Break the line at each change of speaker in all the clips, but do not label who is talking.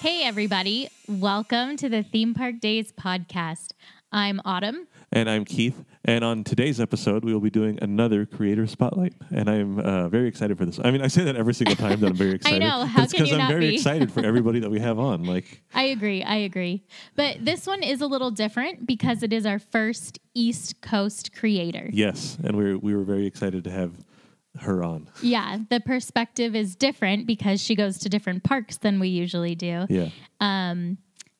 Hey, everybody. Welcome to the Theme Park Days podcast. I'm Autumn.
And I'm Keith. And on today's episode, we will be doing another creator spotlight. And I'm uh, very excited for this. I mean, I say that every single time that I'm very excited.
know.
but
How
it's
can
because
you
I'm
not
very
be?
excited for everybody that we have on. Like,
I agree. I agree. But this one is a little different because it is our first East Coast creator.
yes. And we were, we were very excited to have her on.
Yeah, the perspective is different because she goes to different parks than we usually do.
Yeah.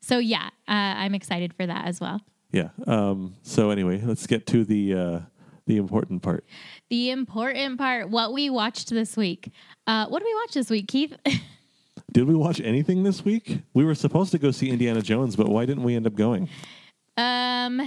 So, yeah, uh, I'm excited for that as well.
Yeah. Um, so, anyway, let's get to the. Uh, the important part.
The important part what we watched this week. Uh, what did we watch this week, Keith?
Did we watch anything this week? We were supposed to go see Indiana Jones, but why didn't we end up going?
um,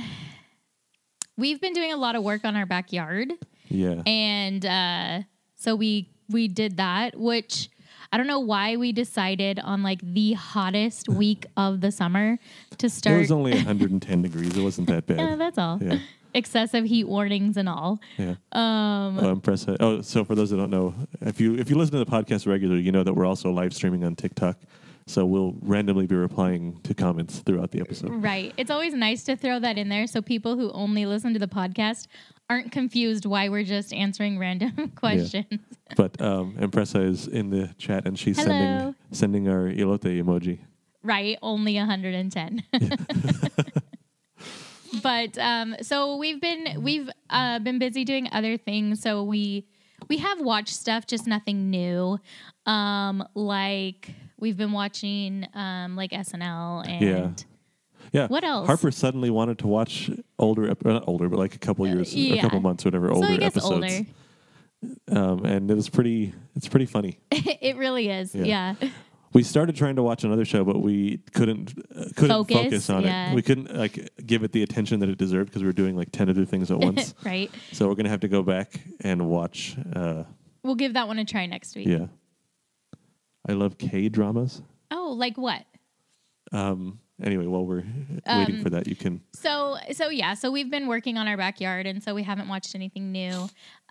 we've been doing a lot of work on our backyard.
Yeah.
and uh, so we we did that which i don't know why we decided on like the hottest week of the summer to
It
start
was only 110 degrees. It wasn't that
yeah,
bad.
that's all
Yeah.
excessive heat warnings and all
Yeah. Um, oh, impress it. Oh, so for those that don't know, if you if you listen to the podcast regularly, you know that we're also live streaming on TikTok. So we'll randomly be replying to comments throughout the episode.
right it's always nice to throw that in there so people who only listen to the podcast aren't confused why we're just answering random questions
But um, Impressa is in the chat and she's
Hello.
sending sending our elote emoji.
right only 110 but um so we've been we've uh been busy doing other things so we we have watched stuff just nothing new um like we've been watching um like snl and
Yeah. Yeah.
What else?
Harper suddenly wanted to watch older, ep- not older, but like a couple years, or
Uh, yeah.
a couple months, whatever,
so
older
i guess
episodes.
older
Um, and it was pretty. It's pretty funny.
it really is yeah,
Yeah. we started trying to watch another show, but we couldn't uh, couldn't
Focus,
focus, on
yeah.
it. We couldn't like give it the attention that it deserved because we were doing like ten other things at once.
right
so we're gonna have to go back and watch. Uh,
we'll give that one a try next week
yeah, I love K dramas.
oh like what
Um, anyway, while we're
Um,
waiting for that, you can.
So so yeah, so we've been working on our backyard and so we haven't watched anything new.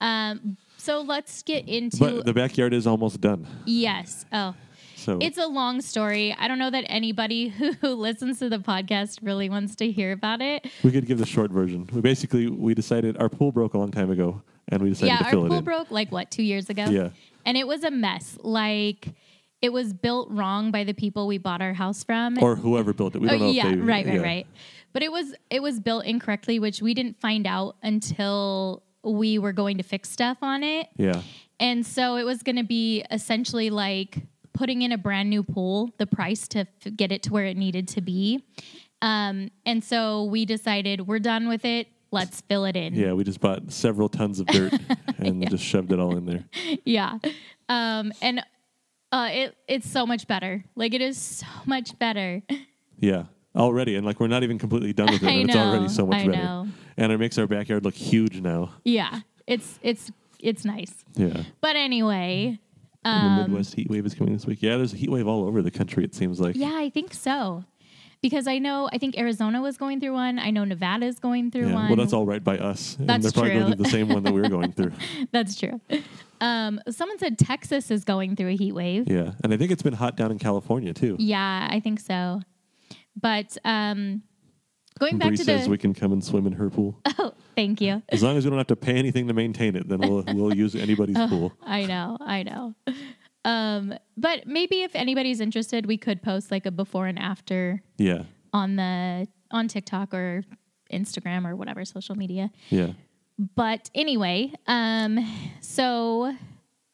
Um so let's get into
But the backyard is almost done,
yes. Oh.
so
It's a long story. I don't know that anybody who listens to the podcast really wants to hear about it.
we could give the short version. We basically we decided our pool broke a long time ago, and we decided
yeah,
to
our
fill it
pool
in.
broke like what, 2 years ago?
Yeah.
And it was a mess. Like it was built wrong by the people we bought our house from.
or whoever built it. We don't
Oh,
know
yeah,
if they
right, right,
yeah.
right. But it was it was built incorrectly, which we didn't find out until we were going to fix stuff on it.
Yeah.
And so it was going to be essentially like putting in a brand new pool, the price to f- get it to where it needed to be. Um, and so we decided we're done with it. Let's fill it in.
Yeah, we just bought several tons of dirt and just shoved it all in there.
Yeah. Um, and uh, it it's so much better. Like it is so much better.
Yeah, already, and like we're not even completely done with it,
I
and it's already
know,
so much
I
better.
know.
And it makes our backyard look huge now.
Yeah. It's it's it's nice.
Yeah,
But anyway, um,
the Midwest heat wave is coming this week. Yeah, there's a heat wave all over the country. It seems like.
yeah, I think so. Because I know I think Arizona was going through one. I know Nevada is going through
Yeah.
one.
Well, that's all right by us.
That's
and they're probably
true.
going through the same one that we were going through.
That's true. Um, someone said Texas is going through a heat wave. Yeah,
Yeah, and I think it's been hot down in California too.
I think so. But um, going back
Bree
to
says
the
we can come and swim in her pool
oh, thank you.
as long as we don't have to pay anything to maintain it. Then we'll we'll use anybody's
Oh.
pool.
I know, I know. Um, but maybe if anybody's interested, we could post like a before and after
Yeah,
on the on TikTok or Instagram or whatever social media.
yeah.
But anyway, um, so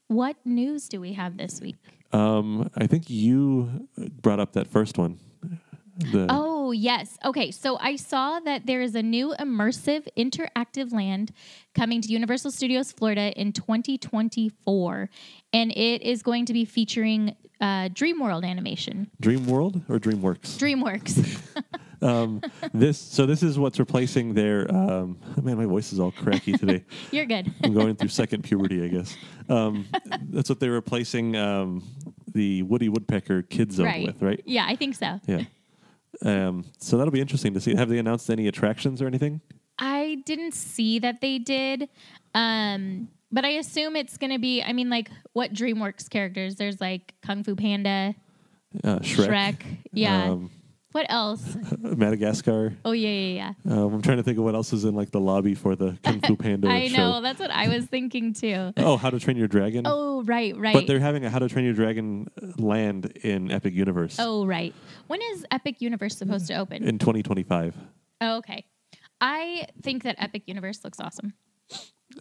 what news do we have this week?
Um, I think you brought up that first one. The,
Oh, yes. Okay. So I saw that there is a new immersive interactive land coming to Universal Studios Florida in 2024. And it is going to be featuring uh, DreamWorld animation,
Dream World or DreamWorks?
DreamWorks.
this so this is what's replacing their um, man. My voice is all cracky today.
You're good.
I'm going through second puberty, I guess. Um, that's what they're replacing um, the Woody Woodpecker Kid Zone with, right?
Yeah, I think so.
Yeah. Um, so that'll be interesting to see. Have they announced any attractions or anything?
I didn't see that they did. Um, but I assume it's going to be, I mean, like what DreamWorks characters? There's like Kung Fu Panda.
uh, Shrek,
Shrek. Yeah.
um,
what else?
Madagascar.
Oh yeah, yeah,
Um, I'm trying to think of what else is in like the lobby for the Kung Fu Panda
yeah. I
show.
know. That's what I was thinking too.
Oh, How to Train Your Dragon.
Oh right, right.
But they're having a How to Train Your Dragon uh, land in Epic Universe
oh right. When is Epic Universe supposed to open?
in 2025.
Oh, okay. I think that Epic Universe looks awesome.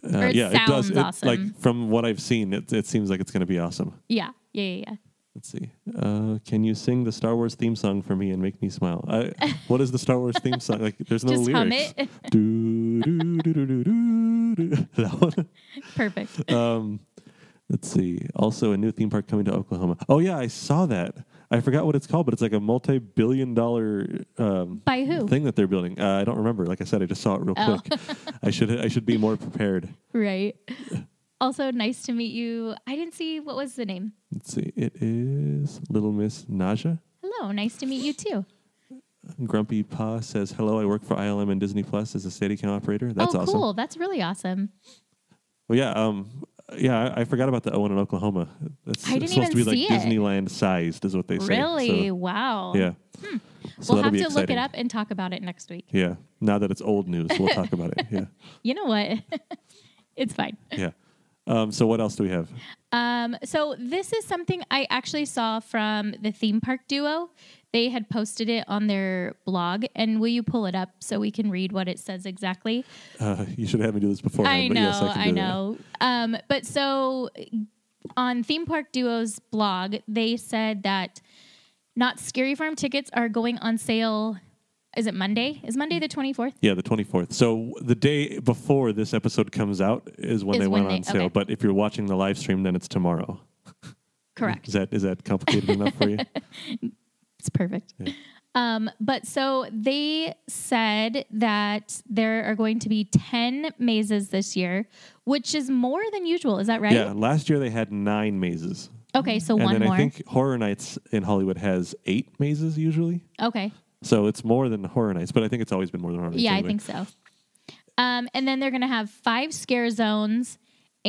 Uh,
Or it
yeah, it does.
sounds
It-
awesome.
like from what I've seen, it, it seems like it's going to be awesome.
Yeah, yeah, yeah, yeah.
Let's see. Uh, can you sing the Star Wars theme song for me and make me smile? I, what is the Star Wars theme song? Like, there's no
Just
lyrics.
hum it.
Do, do, do, do, do, do, do. That one.
Perfect.
Um, let's see. Also, a new theme park coming to Oklahoma. Oh yeah, I saw that. I forgot what it's called, but it's like a multi-billion-dollar um,
By who?
thing that they're building. Uh, I don't remember. Like I said, I just saw it real
Oh.
quick. I should I should be more prepared.
Right. Also, nice to meet you. I didn't see what was the name.
Let's see. It is Little Miss Naja.
Hello, nice to meet you too.
Grumpy Pa says, "Hello, I work for ILM and Disney Plus as a Steadicam operator. That's
oh,
awesome.
cool. That's really awesome.
Well, yeah, um, yeah, I, I forgot about the Owen in Oklahoma. That's
I didn't
it's supposed to be
even
like
see it.
Disneyland sized, is what they say.
Really?
So,
wow.
yeah. So
we'll
that'll
have
be
to look
exciting.
it up and talk about it next week.
Yeah. Now that it's old news, we'll talk about it. Yeah.
You know what? it's fine.
Yeah. Um, so what else do we have?
Um, so this is something I actually saw from the theme park duo. They had posted it on their blog, and will you pull it up so we can read what it says exactly?
Uh, you should have me do this before.
I know,
but yes, I, can
I,
do that.
know. Um, but so on Theme Park Duo's blog, they said that not Scary Farm tickets are going on sale. Is it Monday? Is Monday the 24th?
Yeah, the 24th. So the day before this episode comes out is when
Is
they went
when they-
on sale.
okay.
But if you're watching the live stream, then it's tomorrow.
Correct.
Is that is that complicated enough for you?
It's perfect.
Yeah.
Um, but so they said that there are going to be 10 mazes this year, which is more than usual. Is that right?
Yeah. Last year they had nine mazes,
Okay, so
and
one
then
more.
I think Horror Nights in Hollywood has eight mazes usually.
okay.
So it's more than Horror Nights, but I think it's always been more than Horror Nights.
Yeah, I
anyway.
think so. Um, and then they're going to have five scare zones,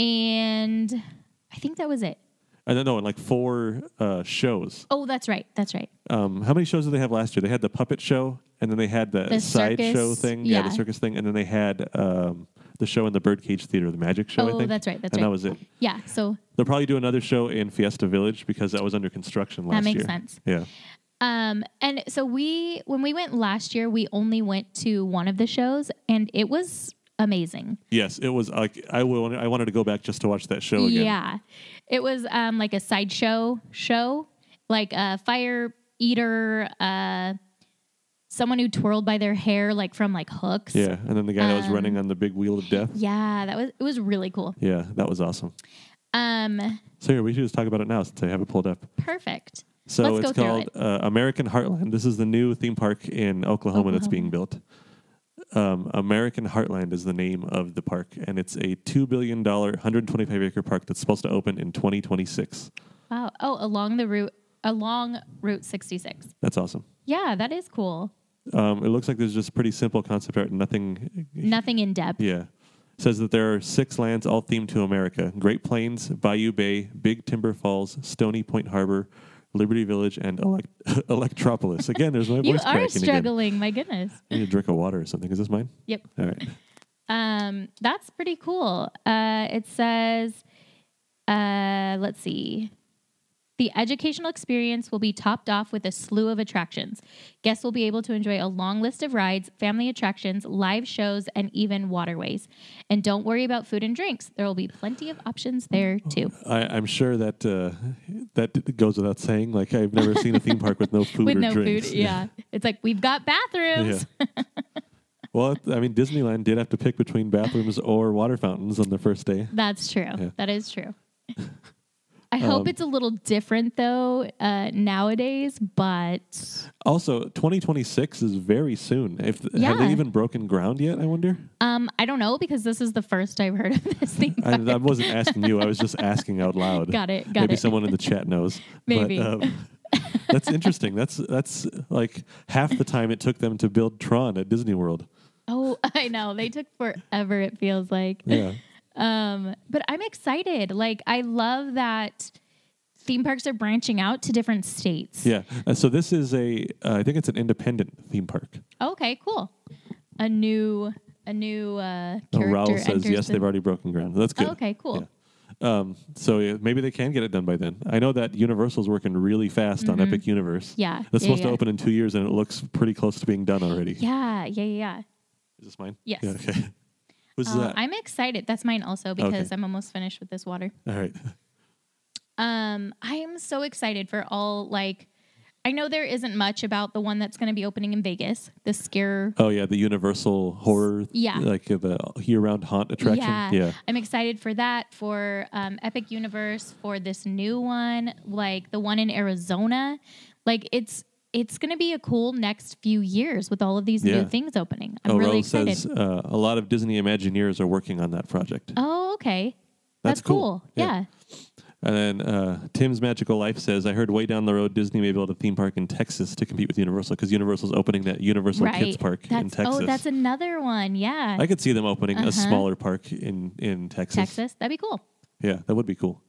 and I think that was it.
And then no, and like four uh, shows.
Oh, that's right. That's right.
um, how many shows did they have last year? They had the puppet show, and then they had the,
The
side show
circus,
thing, yeah. the
yeah.
circus thing, and then they had um, the show in the Birdcage Theater, the magic show. I
Oh,
think.
that's right, that's
and
right.
that was it.
Yeah, so
They'll probably do another show in Fiesta Village because that was under construction last
makes
year.
sense.
Yeah,
Um, and so we, when we went last year, we only went to one of the shows, and it was amazing.
yes, it was like I will. I wanted to go back just to watch that show again.
Yeah, it was um, like a sideshow show, like a fire eater, uh, someone who twirled by their hair like from like hooks.
yeah. And then the guy that
Um,
was running on the big wheel of death.
yeah, that was it was really cool.
Yeah, that was awesome.
Um,
So here we should just talk about it now since I have it pulled up.
perfect.
So
Let's
it's
go through
called
it.
uh, American Heartland. This is the new theme park in Oklahoma, that's
Oklahoma.
being built. Um, American Heartland is the name of the park, and it's a $2 billion, 125 acre park that's supposed to open in 2026.
Wow. Oh, along the route, along Route 66.
That's awesome.
Yeah, that is cool.
Um, it looks like there's just pretty simple concept art, nothing.
Nothing in depth.
Yeah. says that there are six lands all themed to America Great Plains, Bayou Bay, Big Timber Falls, Stony Point Harbor, Liberty Village, and Elect- Electropolis. Again, there's my voice
You
cracking
are
again.
struggling. My goodness.
I need a drink of water or something. Is this mine?
Yep.
All right.
Um, that's pretty cool. Uh, it says, uh, let's see. The educational experience will be topped off with a slew of attractions. Guests will be able to enjoy a long list of rides, family attractions, live shows, and even waterways. And don't worry about food and drinks. There will be plenty of options there
Oh.
too.
I, I'm sure that uh, that d- goes without saying. Like I've never seen a theme park with no food
with
or
no
drinks.
food. Yeah. It's like we've got bathrooms.
Yeah. well, it- I mean, Disneyland did have to pick between bathrooms or water fountains on the first day.
That's true.
Yeah. Um,
That is true. I hope it's a little different though uh, nowadays, but
Also, 2026 is very soon. If have they
Yeah.
even broken ground yet? I wonder.
Um, I don't know because this is the first I've heard of this thing.
I, I wasn't asking you. I was just asking out loud.
Got it, got
Maybe
it.
someone in the chat knows.
Maybe.
But, um, that's interesting. That's that's like half the time it took them to build Tron at Disney World.
oh, I know. They took forever, it feels like.
Yeah.
Um, but I'm excited. Like I love that theme parks are branching out to different states.
Yeah. Uh, so this is a, uh, I think it's an independent theme park. Uh,
Okay, cool. A new a new uh,
Oh,
character
Raul says
enters
yes,
the-
they've already broken ground. That's good.
Oh, okay, cool.
Yeah. Um, so yeah, maybe they can get it done by then. I know that Universal's working really fast on Epic Universe.
Mm-hmm. Yeah,
That's
yeah,
supposed
yeah.
to open in two years, and it looks pretty close to being done already.
Yeah, yeah, yeah.
Is this mine?
Yes.
Yeah, okay. Who's
Uh,
that?
I'm excited. That's mine also because
Okay.
I'm almost finished with this water.
All right.
Um, I am so excited for all like I know there isn't much about the one that's going to be opening in Vegas, the scare.
Oh yeah, the Universal horror.
Yeah.
Like uh, the year-round haunt attraction.
Yeah, I'm excited for that, for um, Epic Universe, for this new one, like the one in Arizona. Like it's it's going to be a cool next few years with all of these
Yeah.
new things opening. I'm
oh,
really
Raoul
excited.
says uh, a lot of Disney Imagineers are working on that project.
oh, okay.
That's
That's,
cool.
cool.
Yeah.
Yeah.
And then uh, Tim's Magical Life says, I heard way down the road Disney may build a theme park in Texas to compete with Universal because Universal's opening that Universal
Right.
Kids Park
that's,
in Texas.
Oh, that's another one. Yeah.
I could see them opening
Uh-huh.
a smaller park in, in Texas.
Texas. That'd be cool.
Yeah, that would be cool.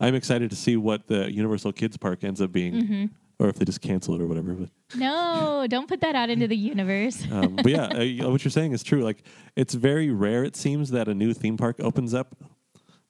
I'm excited to see what the Universal Kids Park ends up being,
Mm-hmm.
or if they just cancel it or whatever. But
No, don't put that out into the universe.
Um, but yeah, uh, what you're saying is true. Like, it's very rare, it seems, that a new theme park opens up.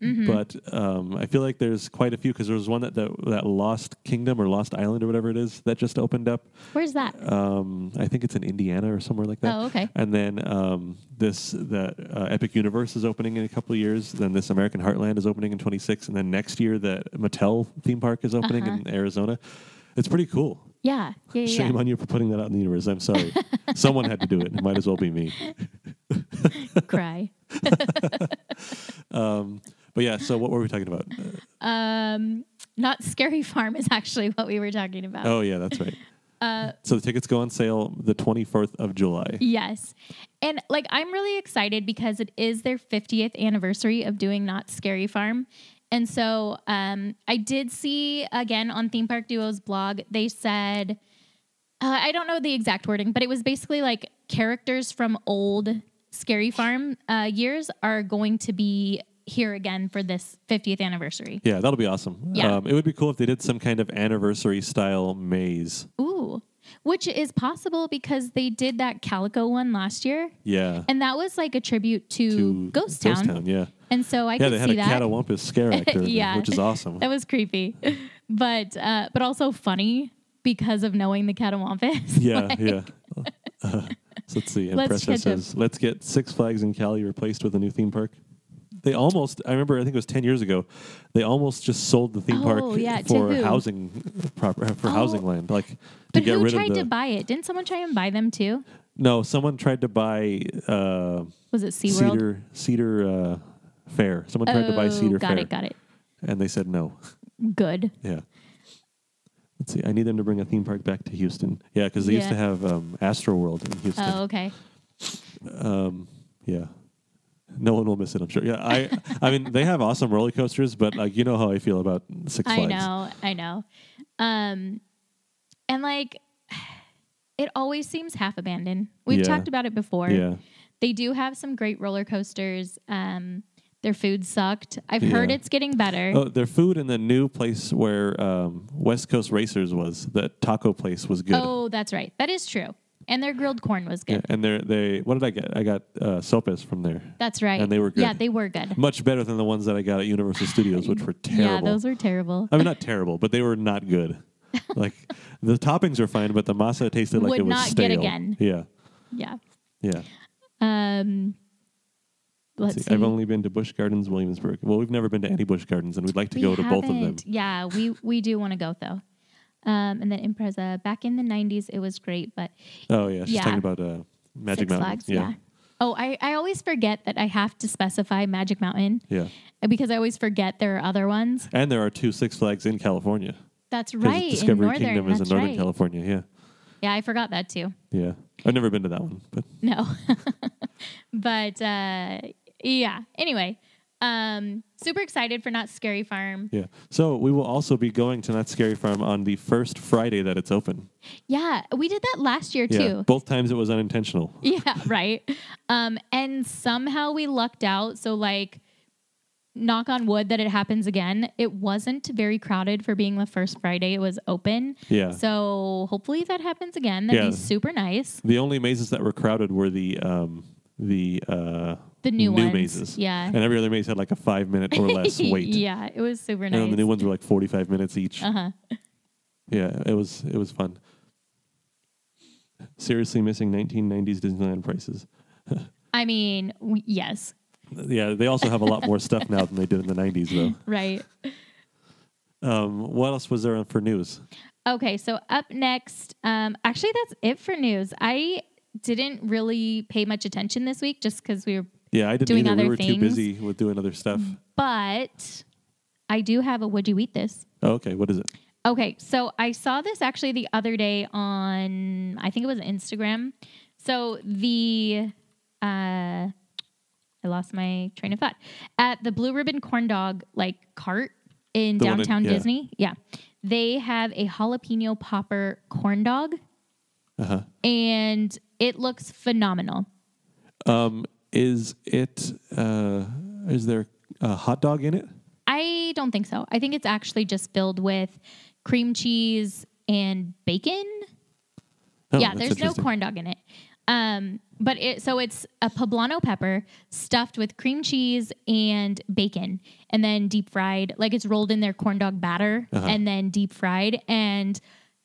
Mm-hmm.
But um, I feel like there's quite a few because there was one that, that that Lost Kingdom or Lost Island or whatever it is that just opened up.
Where's that?
Um, I think it's in Indiana or somewhere like that.
Oh, okay.
And then um, this the uh, Epic Universe is opening in a couple of years. Then this American Heartland is opening in 26, and then next year the Mattel theme park is opening
Uh-huh.
in Arizona. It's pretty cool.
Yeah. Yeah. yeah,
Shame
yeah.
on you for putting that out in the universe. I'm sorry. Someone had to do it. It might as well be me.
Cry.
But yeah, so what were we talking about? Uh,
Um, not scary farm is actually what we were talking about.
oh, yeah, that's right.
Uh,
so the tickets go on sale the 24th of July.
Yes. And like I'm really excited because it is their 50th anniversary of doing Not Scary Farm. And so um, I did see again on Theme Park Duo's blog, they said, uh, I don't know the exact wording, but it was basically like characters from old Scary Farm uh, years are going to be here again for this 50th anniversary.
Yeah, that'll be awesome.
Yeah.
Um, it would be cool if they did some kind of anniversary style maze.
Ooh, which is possible because they did that Calico one last year.
Yeah.
And that was like a tribute to,
To
Ghost, Town.
yeah.
And so I
yeah,
could
they had
see
a
that.
Catawampus scare actor, in there,
Yeah.
which is awesome.
That was creepy, but uh, but also funny because of knowing the Catawampus.
yeah, yeah. Uh, so let's see. And
Let's
Precious
catch up.
says, let's get Six Flags in Cali replaced with a new theme park. They almost, I remember, I think it was 10 years ago, they almost just sold the theme
Oh,
park
yeah, to
for
who?
housing proper, for housing
Oh.
land. Like, to
but
get
who
rid
tried
of the,
to buy it? Didn't someone try and buy them too?
No, someone tried to buy uh,
Was it SeaWorld?
Cedar, Cedar uh, Fair. Someone tried to buy
Oh,
Cedar
got
Fair.
it, got it.
And they said no.
Good.
Yeah. Let's see. I need them to bring a theme park back to Houston. Yeah, because they used
Yeah.
to have um, Astroworld in Houston.
Oh, okay.
Yeah. No one will miss it, I'm sure. Yeah, I I mean they have awesome roller coasters, but like you know how I feel about Six
I
Flags.
know, I know. Um, and like, it always seems half abandoned. We've
Yeah.
talked about it before.
Yeah.
They do have some great roller coasters. Um, their food sucked. I've heard
Yeah.
it's getting better.
Oh, their food in the new place where um, West Coast Racers was, that taco place was good.
Oh, that's right. That is true. And their grilled corn was good.
Yeah, and they they what did I get? I got uh, sopes from there.
That's right.
And they were
Yeah,
good.
they were good.
Much better than the ones that I got at Universal Studios, which were terrible.
Yeah, those were terrible.
I mean, not terrible, but they were not good. like the toppings were fine, but the masa tasted like
Would
it was
not
stale.
get again.
Yeah,
Yeah.
yeah.
Um, let's
See,
see.
I've only been to Busch Gardens, Williamsburg. Well, we've never been to any Busch Gardens, and we'd like to
We
go to both of them.
haven't. Yeah, we we do want to go though. Um, and then Impreza back in the '90s, it was great, but
Oh yeah, she's
Yeah.
talking about uh, Magic
Six
Mountain.
Flags, yeah. Oh, I, I always forget that I have to specify Magic Mountain
yeah,
because I always forget there are other ones.
And there are two Six Flags in California. 'Cause
That's right. in
Discovery
Northern,
Kingdom
that's
is in Northern
right.
California. Yeah,
Yeah, I forgot that too.
yeah. I've never been to that one, but
No. but uh, yeah. Anyway, um, super excited for Not Scary Farm.
yeah. So we will also be going to Not Scary Farm on the first Friday that it's open.
Yeah, we did that last year
Yeah,
too.
both times it was unintentional.
Yeah, right. Um, and somehow we lucked out. So like knock on wood that it happens again. It wasn't very crowded for being the first Friday it was open.
Yeah.
So hopefully that happens again. That'd be
Yeah.
super nice.
the only mazes that were crowded were the um, the uh,
The new, ones.
mazes.
Yeah.
and every other maze had like a five minute or less wait.
yeah, it was super
And then the
nice.
new ones were like forty five minutes each.
Uh huh.
Yeah, it was it was fun. Seriously, missing nineteen nineties Disneyland prices.
I mean, w- yes,
Yeah, they also have a lot more stuff now than they did in the nineties, though.
right.
Um, what else was there for news?
Okay, so up next, um, actually, that's it for news. I didn't really pay much attention this week just because we were,
Yeah, I didn't
Doing
either.
other
we were too
things. Mm-hmm.
busy with doing other stuff.
but I do have a would you eat this?
Oh, okay, what is it?
Okay, so I saw this actually the other day on I think it was Instagram. So the uh I lost my train of thought. At the Blue Ribbon Corn Dog like cart in
The one in-
downtown
yeah.
Disney. Yeah. They have a jalapeno popper corn dog
Uh huh.
and it looks phenomenal.
Um, is it? Uh, is there a hot dog in it?
I don't think so. I think it's actually just filled with cream cheese and bacon.
Oh,
yeah,
that's
there's no
interesting.
corn dog in it. Um, but it so it's a poblano pepper stuffed with cream cheese and bacon, and then deep fried. Like it's rolled in their corn dog batter
Uh-huh.
and then deep fried, and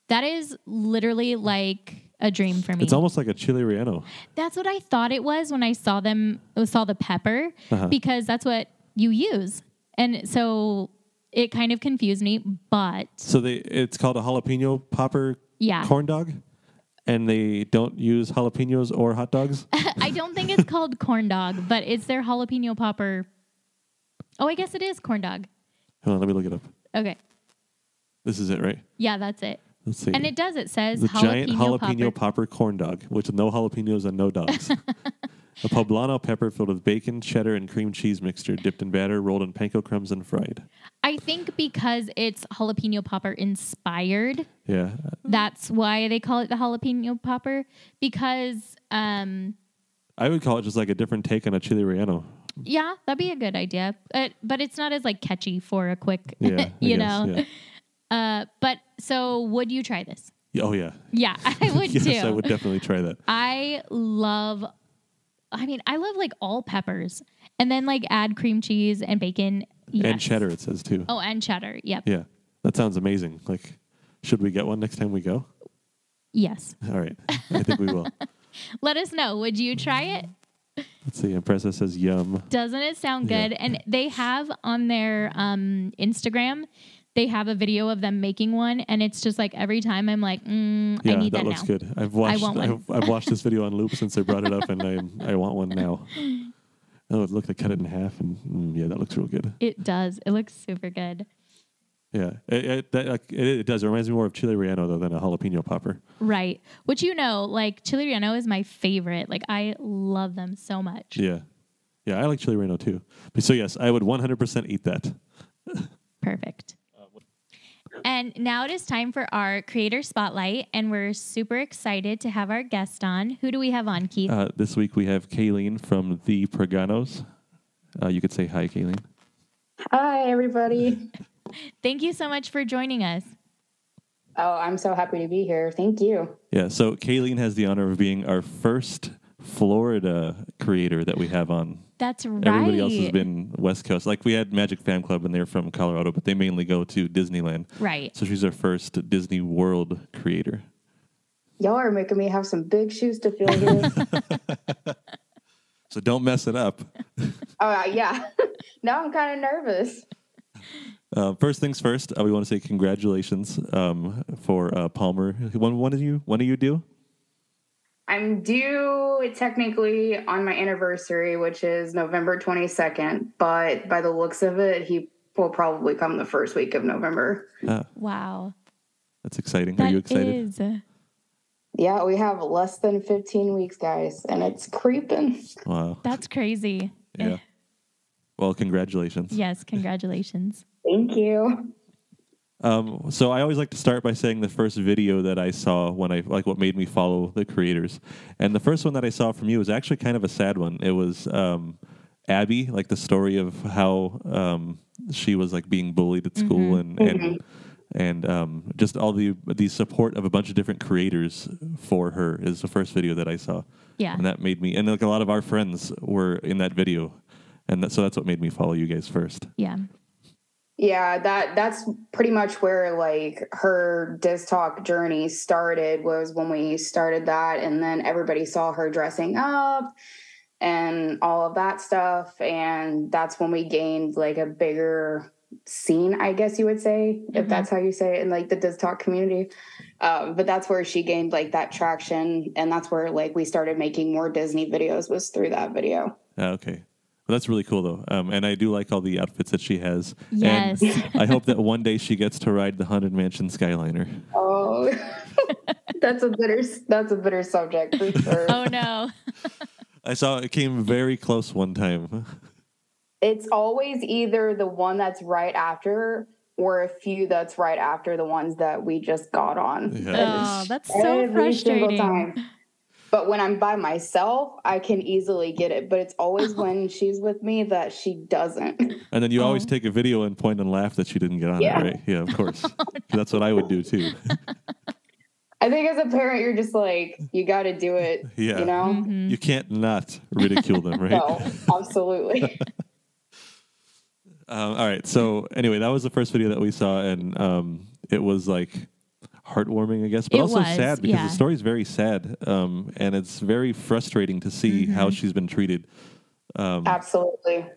that is literally like a dream for me.
It's almost like a chili relleno.
that's what I thought it was when I saw them saw the pepper
Uh-huh.
because that's what you use, and so it kind of confused me. But
So they, it's called a jalapeno popper
Yeah.
corn dog, and they don't use jalapenos or hot dogs.
I don't think it's called corn dog, but it's their jalapeno popper. Oh, I guess it is corn dog.
Hold on, let me look it up.
Okay.
This is it, right?
Yeah, that's it.
Let's see.
And it does. It says
the
jalapeno,
giant jalapeno popper.
popper.
corn dog, with no jalapenos and no dogs. a poblano pepper filled with bacon, cheddar, and cream cheese mixture, dipped in batter, rolled in panko crumbs, and fried.
I think because it's jalapeno popper inspired,
Yeah,
that's why they call it the jalapeno popper. Because, um,
I would call it just like a different take on a chili relleno.
yeah, that'd be a good idea. But, but it's not as like catchy for a quick,
Yeah, I
you
guess,
know.
yeah.
Uh, but so would you try this?
Yeah, Oh yeah.
Yeah, I would
yes,
too.
I would definitely try that.
I love I mean, I love like all peppers and then like add cream cheese and bacon yes.
And cheddar, it says too.
Oh, and cheddar. Yep.
Yeah, that sounds amazing. Like, should we get one next time we go?
Yes.
All right, I think we will.
Let us know. Would you try it?
Let's see. Impressa says yum.
Doesn't it sound
Yeah.
good? And they have on their um, Instagram, they have a video of them making one, and it's just like every time I'm like, mm,
Yeah,
I need
that
that,
looks
now.
good. I've watched
want one.
I've, I've watched this video on loop since they brought it up, and I I want one now. Oh, it looked like cut it in half, and mm, yeah, that looks real good.
It does. It looks super good.
Yeah, it it, that, like, it, it does. It reminds me more of chili relleno though than a jalapeno popper.
Right. Which you know, like chili relleno is my favorite. Like I love them so much.
Yeah, yeah, I like chili relleno too. But so yes, I would 100% eat that.
Perfect. And now it is time for our creator spotlight, and we're super excited to have our guest on. Who do we have on, Keith?
Uh, this week we have Kayleen from the Praganos. Uh, you could say hi, Kayleen.
Hi, everybody.
Thank you so much for joining us.
Oh, I'm so happy to be here. Thank you.
Yeah, so Kayleen has the honor of being our first Florida creator that we have on.
That's right.
Everybody else has been West Coast. Like we had Magic Fan Club, and they're from Colorado, but they mainly go to Disneyland.
right.
So she's our first Disney World creator.
Y'all are making me have some big shoes to fill here.
So don't mess it up.
Oh, yeah. now I'm kind of nervous.
Uh, first things first, uh, we want to say congratulations um, for uh, Palmer. One, one of you, one of you do.
I'm due technically on my anniversary, which is November 22nd, but by the looks of it, he will probably come the first week of November.
Ah,
Wow.
that's exciting.
That
Are you excited?
is-
Yeah, we have less than 15 weeks, guys, and it's creeping.
Wow.
that's crazy.
Yeah. Well, congratulations.
Yes, congratulations.
Thank you.
Um, so I always like to start by saying the first video that I saw when I like what made me follow the creators, and the first one that I saw from you was actually kind of a sad one. It was um, Abby, like the story of how um, she was like being bullied at school and and and um, just all the the support of a bunch of different creators for her is the first video that I saw.
Yeah.
and that made me and like a lot of our friends were in that video, and that, so that's what made me follow you guys first.
Yeah.
Yeah, that that's pretty much where like her disc talk journey started was when we started that and then everybody saw her dressing up and all of that stuff and that's when we gained like a bigger scene, I guess you would say, if
Mhm.
that's how you say it in like the disc talk community. Um, but that's where she gained like that traction and that's where like we started making more Disney videos was through that video.
Ah, okay. Well, that's really cool though, um, and I do like all the outfits that she has. And
Yes.
I hope that one day she gets to ride the haunted mansion Skyliner.
Oh, that's a bitter. That's a bitter subject for sure.
oh no.
I saw it came very close one time.
It's always either the one that's right after, or a few that's right after the ones that we just got on.
Yeah.
Oh, that's so
Every single
frustrating.
time. But when I'm by myself, I can easily get it. But it's always when she's with me that she doesn't.
And then you always
Oh.
take a video and point and laugh that you didn't get on
Yeah.
it, right? Yeah, of course. That's what I would do too.
I think as a parent, you're just like, you got to do it.
Yeah.
You know?
Mhm.
You can't not ridicule them,
Mm-hmm.
right?
Mm. No, absolutely.
Um, all right. So anyway, that was the first video that we saw, and um, it was like heartwarming, I guess, but
It
also
was,
sad because
yeah.
the story's very sad, um, and it's very frustrating to see
Mm-hmm.
how she's been treated. Um,
absolutely.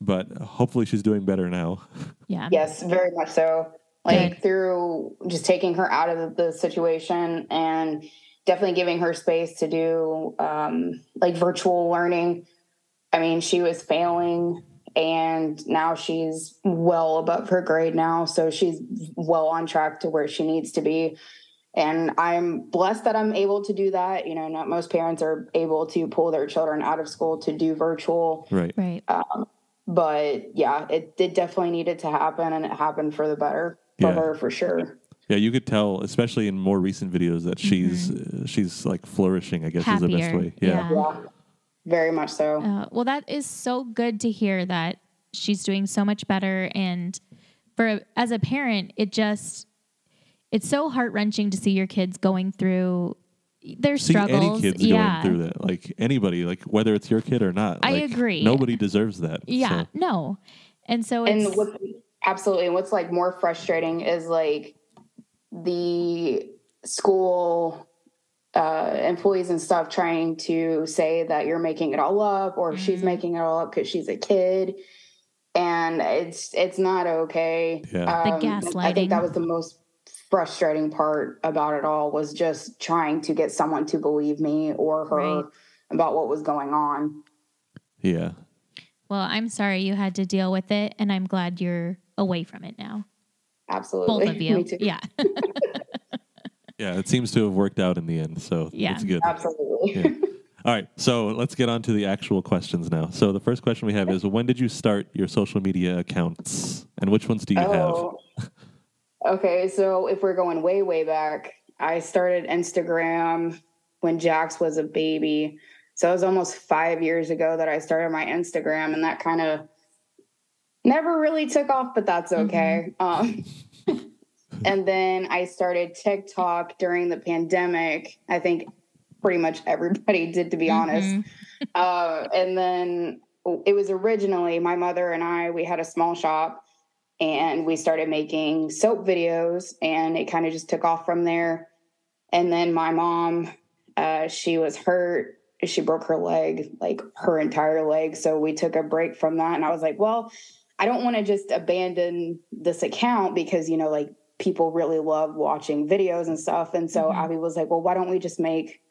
but hopefully, she's doing better now.
Yeah.
Yes, very much so. Like
Good.
through just taking her out of the situation and definitely giving her space to do um, like virtual learning. I mean, she was failing and now she's well above her grade now. So she's well on track to where she needs to be. And I'm blessed that I'm able to do that. You know, not most parents are able to pull their children out of school to do virtual
Right.
Right.
but yeah, it, it definitely needed to happen and it happened for the better for
Yeah.
her for sure.
Yeah, you could tell, especially in more recent videos, that she's uh, she's like flourishing. I guess is the
Mm-hmm.
best
Happier.
way.
Yeah.
Yeah, very much so.
Uh, well, that is so good to hear that she's doing so much better. And for as a parent, it just it's so heart wrenching to see your kids going through their
See any
struggles.
kids
yeah,
going through that, like anybody, like whether it's your kid or not.
I
like,
agree.
Nobody deserves that.
yeah,
So,
no. And so it's
and what absolutely and what's like more frustrating is like the school uh, employees and stuff trying to say that you're making it all up or she's
Mhm.
making it all up because she's a kid and it's it's not okay Um,
Yeah.
The
i think
gaslighting.
that was the most frustrating part about it all was just trying to get someone to believe me or her
Right.
about what was going on
yeah.
well, I'm sorry you had to deal with it, and I'm glad you're away from it now.
absolutely
Both of you.
me too
Yeah.
Yeah, it seems to have worked out in the end, so
Yeah.
it's good.
absolutely
Yeah. All right, so let's get on to the actual questions now. So the first question we have is, when did you start your social media accounts, and which ones do you
Oh.
have?
Okay, so if we're going way, way back, I started Instagram when Jax was a baby. So it was almost five years ago that I started my Instagram, and that kind of never really took off, but that's
Mm-hmm.
okay. Um, and then I started TikTok during the pandemic. I think pretty much everybody did, to be honest
Mhm.
uh, and then it was originally my mother and I, we had a small shop and we started making soap videos and it kind of just took off from there. And then my mom, uh, she was hurt. She broke her leg, like her entire leg. So we took a break from that. And I was like, well, I don't want to just abandon this account because, you know, like people really love watching videos and stuff. And so
Mhm.
Abby was like, well, why don't we just make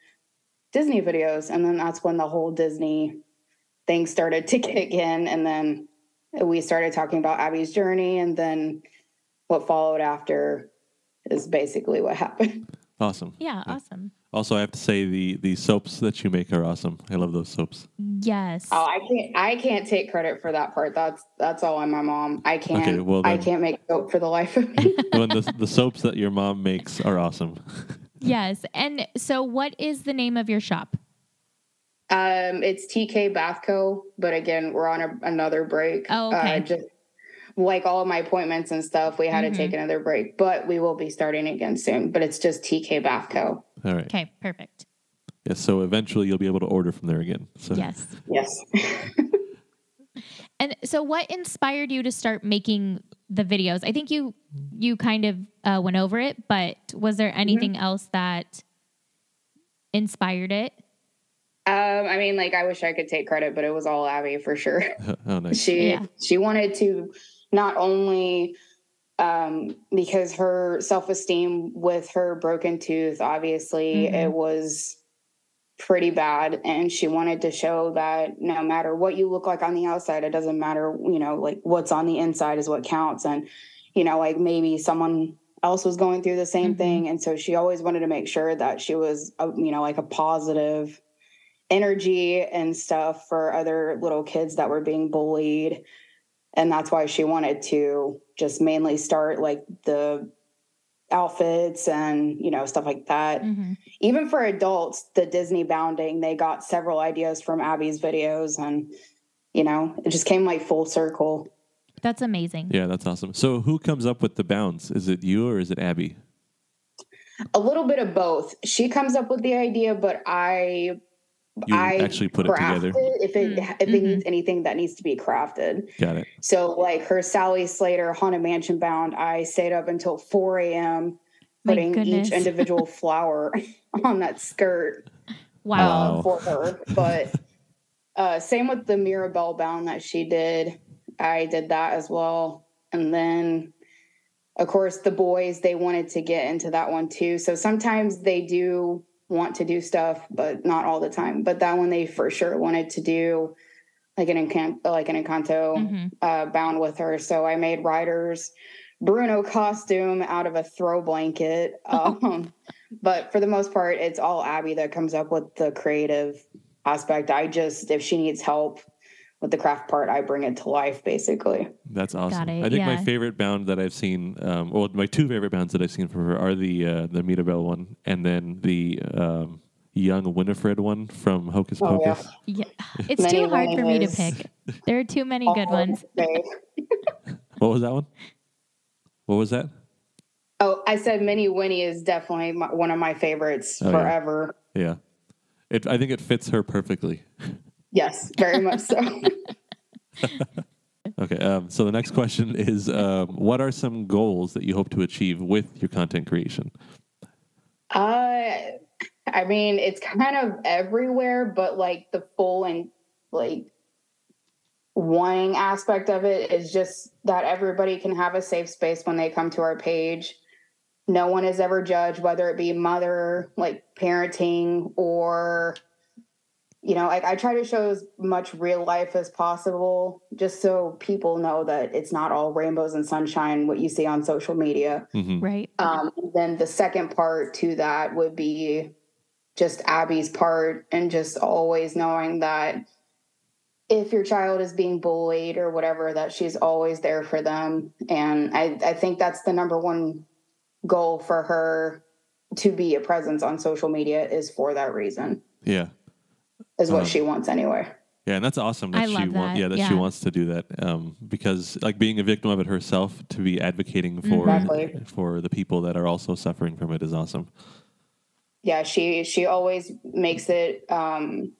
Disney videos? And then that's when the whole Disney thing started to kick in. And then we started talking about Abby's journey. And then what followed after is basically what happened.
Awesome.
Yeah. Awesome.
Also, I have to say the the soaps that you make are awesome. I love those soaps.
Yes.
Oh, I can't. I can't take credit for that part. That's that's all on my mom. I can't.
Okay, well
I
then.
can't make soap for the life of me.
When the, the soaps that your mom makes are awesome.
Yes. And so, what is the name of your shop?
Um, it's TK Bathco, but again, we're on a, another break.
Oh, okay.
Uh, just like all of my appointments and stuff, we had
Mhm.
to take another break, but we will be starting again soon. But it's just TK Bathco.
All right.
Okay, perfect.
Yeah, so eventually you'll be able to order from there again. So
Yes.
Yes.
And so, what inspired you to start making the videos? I think you you kind of uh, went over it, but was
Mm-hmm.
there anything else that inspired it?
Um, I mean, like I wish I could take credit, but it was all Abby for sure.
oh nice.
she
Yeah.
she wanted to not only um because her self-esteem with her broken tooth obviously
Mhm.
it was pretty bad and she wanted to show that no matter what you look like on the outside it doesn't matter you know like what's on the inside is what counts and you know like maybe someone else was going through the same
Mhm.
thing and so she always wanted to make sure that she was a, you know like a positive energy and stuff for other little kids that were being bullied and that's why she wanted to just mainly start like the outfits and you know stuff like that
Mhm.
even for adults the disney bounding they got several ideas from abby's videos and you know it just came like full circle
That's amazing.
Yeah, that's awesome. So who comes up with the bounds? Is it you or is it Abby?
a little bit of both she comes up with the idea but i
You
i
actually put it
craft
together.
if it
Mm,
if it
mhm.
needs anything that needs to be crafted
Got it.
So like her Sally Slater Haunted Mansion bound, I stayed up until 4 a.m.
My
putting
goodness.
each individual flower on that skirt
Wow.
Wow.
uh, for her. But uh, same with the Mirabelle bound that she did. I did that as well. And then of course the boys they wanted to get into that one too. So sometimes they do want to do stuff, but not all the time. But that one they for sure wanted to do like an encan- like an encanto
Mhm.
uh, bound with her. So I made Ryder's Bruno costume out of a throw blanket. Um, but for the most part, it's all Abby that comes up with the creative aspect. I just, if she needs help with the craft part, I bring it to life basically.
That's awesome.
it,
I think
yeah.
my favorite bound that I've seen, um, well, my two favorite bounds that I've seen from her are the uh, the Mita Bell one and then the um, young Winifred one from Hocus
Oh, yeah.
Pocus.
Yeah. It's
Many
too hard for me to
layers.
pick. There are too many good ones.
What was that one? What was that?
Oh, I said Minnie Winnie is definitely my, one of my favorites
Oh, yeah.
forever.
Yeah, it, I think it fits her perfectly.
Yes, very much so.
Okay, um, so the next question is, um, what are some goals that you hope to achieve with your content creation?
Uh, I mean, it's kind of everywhere, but like the full and like wanting aspect of it is just that everybody can have a safe space when they come to our page. No one is ever judged, whether it be mother, like parenting, or you know, like I try to show as much real life as possible, just so people know that it's not all rainbows and sunshine what you see on social media.
hmm
Right.
Um, then the second part to that would be just Abby's part and just always knowing that if your child is being bullied or whatever, that she's always there for them. And I, I think that's the number one goal for her to be a presence on social media is for that reason,
Yeah,
is what
Um,
she wants anyway.
yeah, and that's awesome that
I
she
love
want-
that,
yeah that
yeah.
she wants to do that um, because like being a victim of it herself to be advocating for
Mm-hmm.
Exactly.
for the people that are also suffering from it is awesome.
yeah she she always makes it um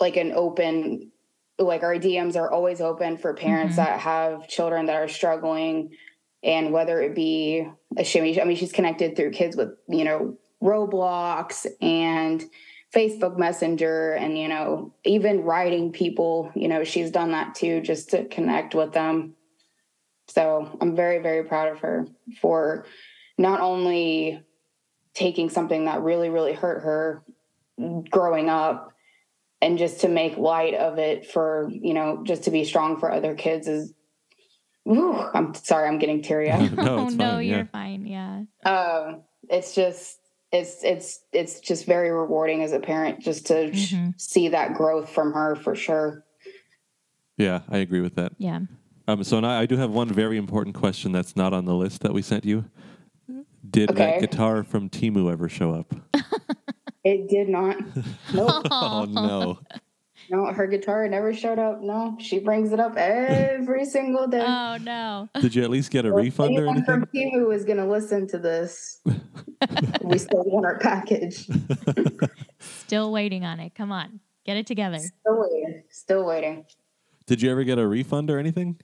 like an open like our dms are always open for parents
Mhm.
that have children that are struggling and whether it be she, i mean she's connected through kids with you know roblox and facebook messenger and you know even writing people you know she's done that too just to connect with them so i'm very very proud of her for not only taking something that really really hurt her growing up and just to make light of it for you know just to be strong for other kids is whew, i'm sorry i'm getting teary eyed
no,
oh
it's
no,
fine,
you're
yeah.
fine. Yeah.
um it's just it's it's it's just very rewarding as a parent just to sh-
Mhm.
see that growth from her for sure
Yeah, I agree with that.
Yeah.
Um, so now I do have one very important question that's not on the list that we sent you. Did
Okay.
that guitar from Timu ever show up?
It did not. Nope.
Oh no!
no, her guitar never showed up. No, she brings it up every single day.
Oh no.
Did you at least get a
So if
refund or
anyone
anything?
from Kimu is going to listen to this. we still want our package.
Still waiting on it. Come on. Get it together.
Still waiting. Still waiting.
Did you ever get a refund or anything?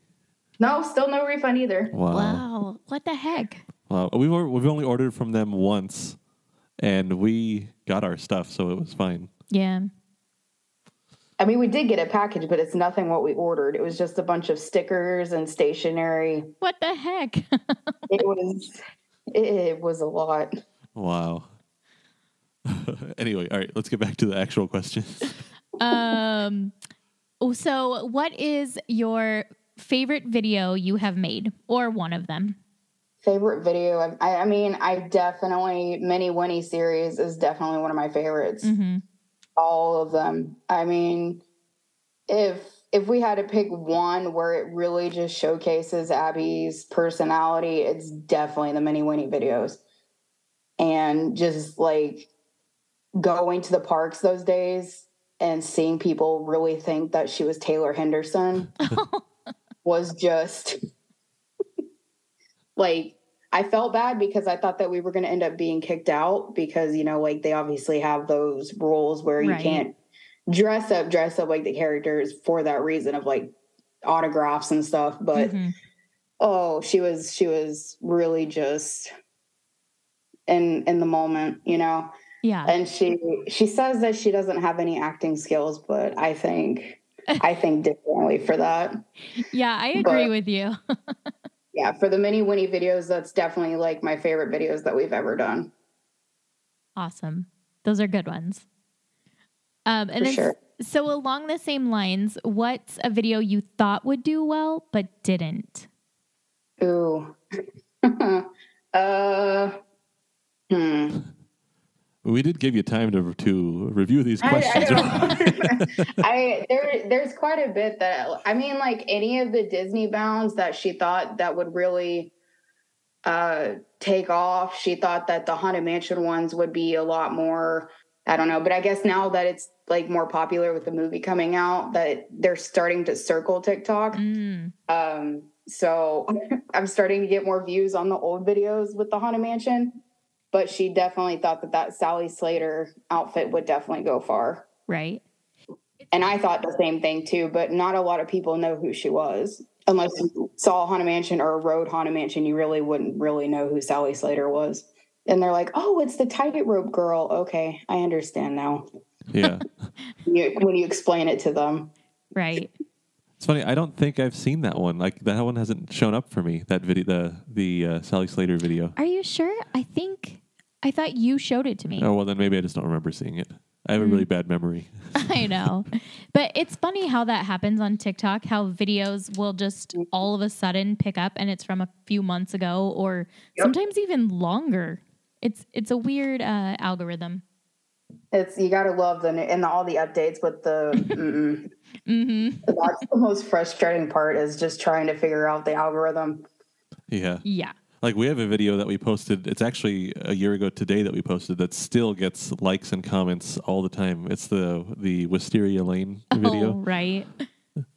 No, still no refund either.
Wow.
Wow. What the heck?
Wow. We've or- Uh, we've only ordered from them once, and we got our stuff, so it was fine.
Yeah.
I mean, we did get a package, but it's nothing what we ordered. It was just a bunch of stickers and stationery.
What the heck?
It was it was a lot.
Wow. anyway, all right. Let's get back to the actual question.
um oh, so what is your favorite video you have made or one of them?
Favorite video? I- I, I mean, I definitely Mini Winnie series is definitely one of my favorites.
Mhm.
all of them. I mean, if if we had to pick one where it really just showcases Abby's personality, it's definitely the mini Winnie videos. And just like going to the parks those days and seeing people really think that she was Taylor Henderson was just like I felt bad because I thought that we were going to end up being kicked out because, you know, like they obviously have those rules where you
Right.
can't dress up, dress up like the characters for that reason of like autographs and stuff. But
Mhm.
oh, she was, she was really just in, in the moment, you know?
Yeah.
And she, she says that she doesn't have any acting skills, but I think, I think differently for that.
Yeah, I
but-
agree with you.
Yeah. For the mini Winnie videos, that's definitely like my favorite videos that we've ever done.
Awesome. Those are good ones. Um, and
For
then,
sure.
so along the same lines, what's a video you thought would do well but didn't?
Ooh. uh, hmm.
We did give you time to to review these
I, I,
questions.
don't- I there there's quite a bit that I mean like any of the Disney bounds that she thought that would really uh take off. She thought that the Haunted Mansion ones would be a lot more I don't know, but I guess now that it's like more popular with the movie coming out that they're starting to circle TikTok.
Mm,
Um, so I'm starting to get more views on the old videos with the Haunted Mansion, but she definitely thought that that Sally Slater outfit would definitely go far.
right.
And I thought the same thing too, but not a lot of people know who she was. Unless you saw Haunted Mansion or Road Haunted Mansion, you really wouldn't really know who Sally Slater was. And they're like, oh, it's the tightrope girl. Okay, I understand now.
yeah.
You, when you explain it to them,
Right.
It's funny. I don't think I've seen that one. Like that one hasn't shown up for me. That video, the the uh, Sally Slater video.
Are you sure? I think I thought you showed it to me.
Oh well, then maybe I just don't remember seeing it. I have a
Hmm.
really bad memory.
I know. But it's funny how that happens on TikTok, how videos will just
Mm-hmm.
all of a sudden pick up and it's from a few months ago or
Yep.
sometimes even longer. It's it's a weird uh, algorithm.
it's you gotta love them and all the updates with the mm-mm.
hmm
That's the most frustrating part is just trying to figure out the algorithm.
Yeah.
Yeah.
Like we have a video that we posted. It's actually a year ago today that we posted that still gets likes and comments all the time. It's the the Wisteria Lane
Oh,
video.
right.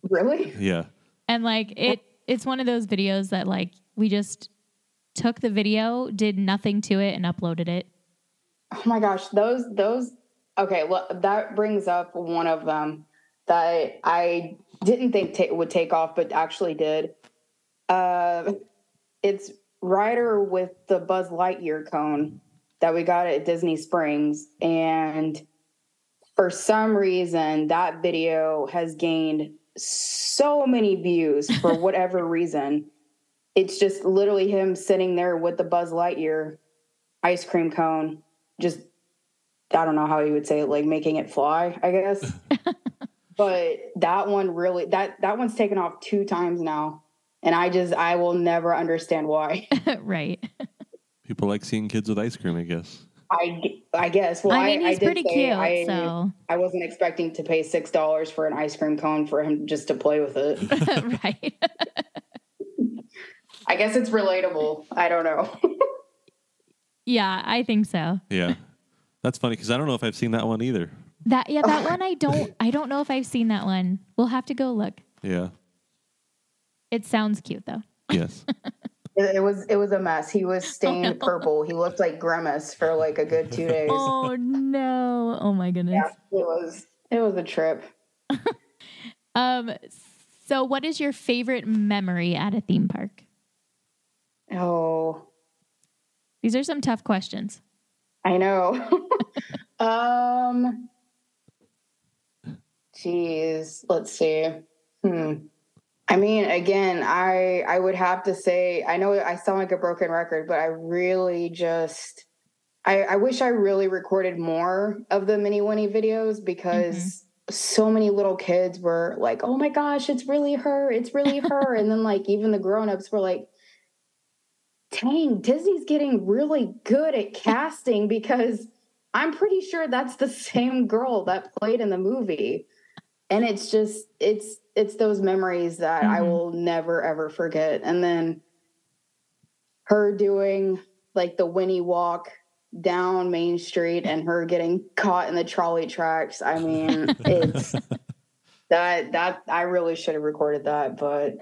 Really?
Yeah.
And like it it's one of those videos that like we just took the video, did nothing to it and uploaded it.
Oh my gosh, those those okay, well that brings up one of them that I didn't think ta- would take off but actually did. Uh, it's Ryder with the Buzz Lightyear cone that we got at Disney Springs and for some reason that video has gained so many views for whatever reason. It's just literally him sitting there with the Buzz Lightyear ice cream cone, just I don't know how you would say it, like making it fly, I guess. but that one really that that one's taken off two times now. And I just I will never understand why.
right.
People like seeing kids with ice cream. I guess.
I I guess. Well,
I mean, he's
did
pretty
say
cute,
I,
so
I wasn't expecting to pay six dollars for an ice cream cone for him just to play with it.
right.
I guess it's relatable. I don't know.
yeah, I think so.
Yeah. That's funny because I don't know if I've seen that one either.
That yeah, that one I don't I don't know if I've seen that one. We'll have to go look.
Yeah.
It sounds cute though.
Yes.
It, it was it was a mess. He was stained
Oh, no.
purple. He looked like grimace for like a good two days.
Oh no. Oh my
Yeah,
goodness.
it was it was a trip.
Um so what is your favorite memory at a theme park?
Oh,
These are some tough questions.
I know. um, jeez, let's see. Hmm. I mean, again, I I would have to say I know I sound like a broken record, but I really just I, I wish I really recorded more of the mini Winnie videos because so many little kids were like, "Oh my gosh, it's really her! It's really her!" and then like even the grown ups were like, "Dang, Disney's getting really good at casting because I'm pretty sure that's the same girl that played in the movie." And it's just it's it's those memories that I
Mhm.
will never ever forget. And then her doing like the Winnie walk down Main Street and her getting caught in the trolley tracks. I mean, it's that that I really should have recorded that, but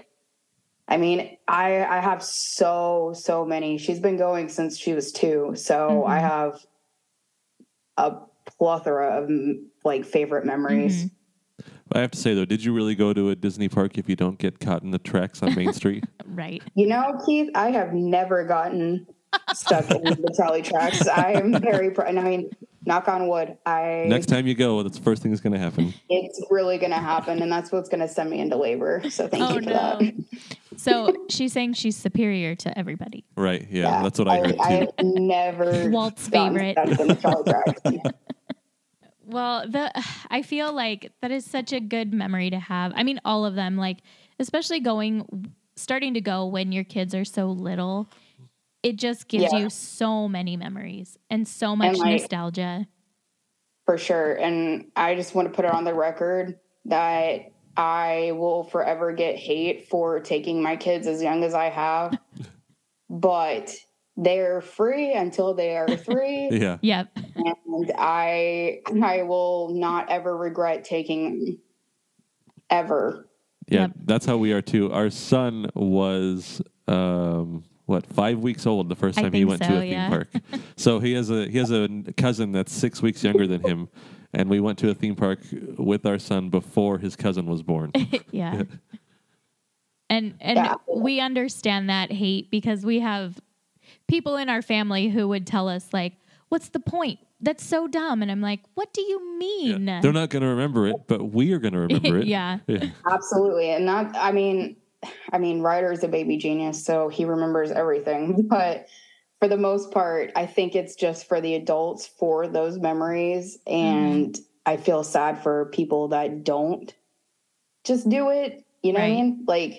I mean, I I have so so many. She's been going since she was 2, so
Mhm.
I have a plethora of mm, like favorite memories.
Mhm.
I have to say though, did you really go to a Disney park if you don't get caught in the tracks on Main Street?
Right.
You know, Keith, I have never gotten stuck in the trolley tracks. I am very pr- and I mean, knock on wood. I
Next time you go, that's the first thing that's going to happen.
it's really going to happen and that's what's going to send me into labor. So thank
Oh
you for
no.
that.
So she's saying she's superior to everybody.
Right? Yeah, that's what I heard too.
I have never
Walt's
gotten
favorite.
stuck in the trolley tracks.
Well, the I feel like that is such a good memory to have. I mean, all of them, like especially going, starting to go when your kids are so little, it just gives
Yeah.
you so many memories and so much
like-
nostalgia.
For sure. And I just want to put it on the record that I will forever get hate for taking my kids as young as I have. but they're free until they are three.
Yeah.
Yep.
And I I will not ever regret taking them. Ever.
Yeah,
Yep.
that's how we are too. Our son was um, what five weeks old the first
I
time he
think
went
so,
to a theme
yeah.
park. so he has a he has a n- cousin that's six weeks younger than him, and we went to a theme park with our son before his cousin was born.
yeah. And and
Yeah.
we understand that hate because we have people in our family who would tell us like, "What's the point? That's so dumb." And I'm like, "What do you
Yeah.
mean?"
They're not going to remember it, but we are going to remember it.
Yeah.
yeah,
Absolutely. And not I mean I mean Ryder's a baby genius, so he remembers everything. But for the most part, I think it's just for the adults for those memories.
Mm-hmm.
And I feel sad for people that don't just do it. You know what
Right.
I mean? Like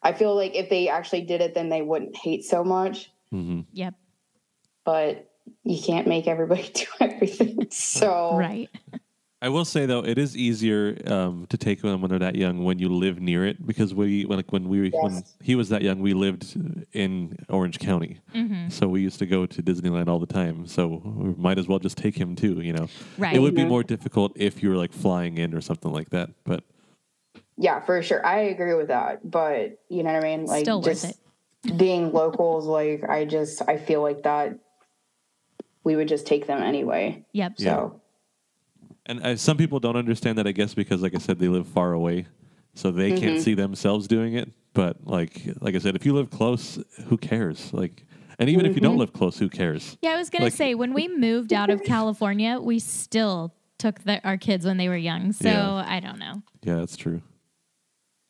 I feel like if they actually did it, then they wouldn't hate so much.
hmm
Yep.
But you can't make everybody do everything. So
Right.
I will say though, it is easier um, to take them when they're that young when you live near it because we when, like when we when
Yes.
he was that young, we lived in Orange County.
hmm
So we used to go to Disneyland all the time. So we might as well just take him too. You know,
Right.
it would be
Mhm.
more difficult if you were like flying in or something like that. But
Yeah, for sure. I agree with that. But you know what I mean? Like
Still worth
just being locals, like I just I feel like that we would just take them anyway.
Yep.
Yeah.
So
and uh, some people don't understand that, I guess, because like I said, they live far away, so they
Mm-hmm.
can't see themselves doing it. But like like I said, if you live close, who cares? Like, and even if you
Mm-hmm.
don't live close, who cares?
Yeah, I was gonna
Like-
say when we moved out of California, we still took the, our kids when they were young. So
Yeah.
I don't know.
Yeah, that's true.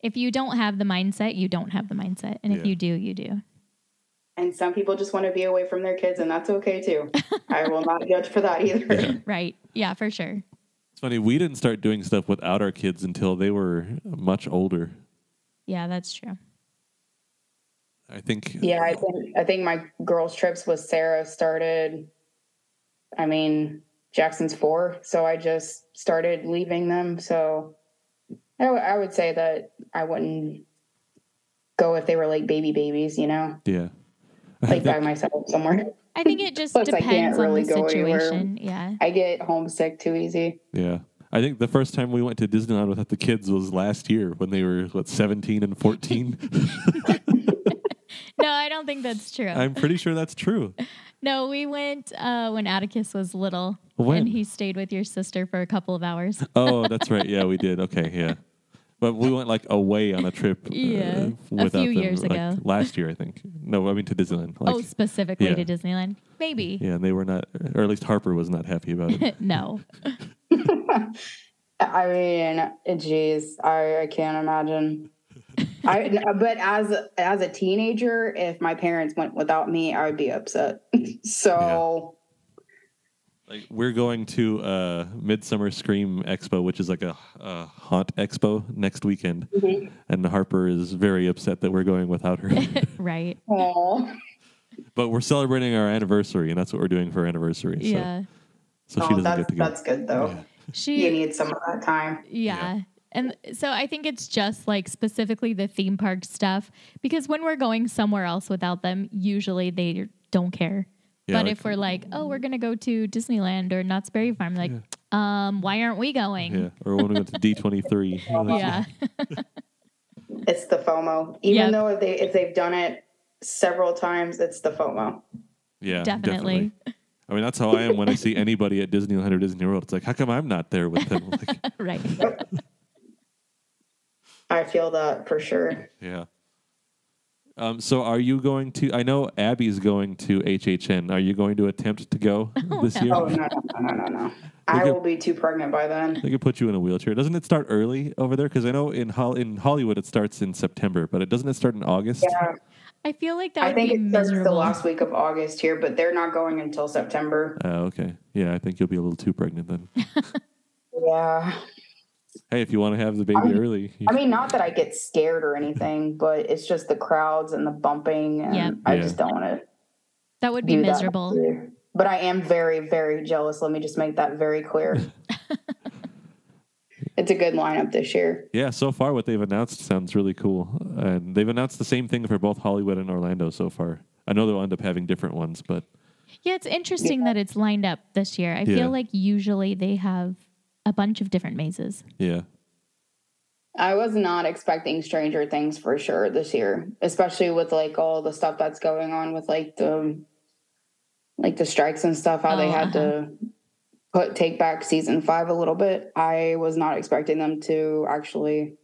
If you don't have the mindset, you don't have the mindset, and if
Yeah.
you do, you do.
and some people just want to be away from their kids and that's okay too. I will not judge for that either.
Right? Yeah, for sure.
It's funny. We didn't start doing stuff without our kids until they were much older.
Yeah, that's true.
I think.
Yeah, I think I think my girls' trips with Sarah started I mean, Jackson's four, so I just started leaving them. So I w- I would say that I wouldn't go if they were like baby babies, you know.
Yeah.
like by myself somewhere.
I think it just
Plus, I can't
depends on
really
the
go anywhere.
situation. Yeah.
I get homesick too easy.
Yeah. I think the first time we went to Disneyland without the kids was last year when they were what 17 and 14.
No, I don't think that's true.
I'm pretty sure that's true.
no, we went uh, when Atticus was little.
When?
And he stayed with your sister for a couple of hours.
Oh, that's right. Yeah, we did. Okay, yeah. But we went like away on a trip. uh,
Yeah, a
without
few
them,
years
like,
ago.
Last year, I think. No, I mean to Disneyland. Like,
oh, specifically
yeah.
to Disneyland? Maybe.
Yeah, and they were not, or at least Harper was not happy about it.
no.
I mean, geez, I, I can't imagine. I but as as a teenager, if my parents went without me, I would be upset. so
like we're going to uh, Midsummer Scream Expo, which is like a, a haunt expo next weekend,
Mhm.
and Harper is very upset that we're going without her.
right.
aw.
but we're celebrating our anniversary, and that's what we're doing for our anniversary. So,
Yeah.
so
Oh,
she doesn't
that's
get to go.
that's good though.
Yeah.
She
You need some of that time.
Yeah. And so I think it's just like specifically the theme park stuff because when we're going somewhere else without them, usually they don't care.
Yeah,
but
like-
if we're like, oh, we're going to go to Disneyland or Knott's Berry Farm, like, um, why aren't we going?
Yeah, or when we went to D twenty three.
Yeah.
It's the FOMO. Even
Yep.
though if they if they've done it several times, it's the FOMO.
Yeah,
Definitely.
I mean, that's how I am when I see anybody at Disneyland or Disney World. It's like, how come I'm not there with them? Like,
right.
I feel that for sure.
yeah. Um, so, are you going to? I know Abby's going to HHN. Are you going to attempt to go this
no.
year?
Oh no no no no no! I
Okay.
will be too pregnant by then.
They could put you in a wheelchair. Doesn't it start early over there? Because I know in Hol- in Hollywood it starts in September, but it doesn't it start in August?
Yeah,
I feel like that
I
would
think
be
it starts the
miserable.
last week of August here, but they're not going until September.
Oh, okay. Yeah, I think you'll be a little too pregnant then.
Yeah,
hey, if you want to have the baby
I'm-
early, you-
I mean, not that I get scared or anything, but it's just the crowds and the bumping, and
Yep.
I
Yeah.
just don't want
that would
to
be
do
miserable.
That. But I am very, very jealous. Let me just make that very clear. it's a good lineup this year.
yeah. So far, what they've announced sounds really cool, and they've announced the same thing for both Hollywood and Orlando so far. I know they'll end up having different ones, but
Yeah, it's interesting that it's lined up this year. I
Yeah.
feel like usually they have a bunch of different mazes.
yeah,
I was not expecting Stranger Things for sure this year, especially with like all the stuff that's going on with like the like the strikes and stuff. How they
Oh,
had to put take back season five a little bit. I was not expecting them to actually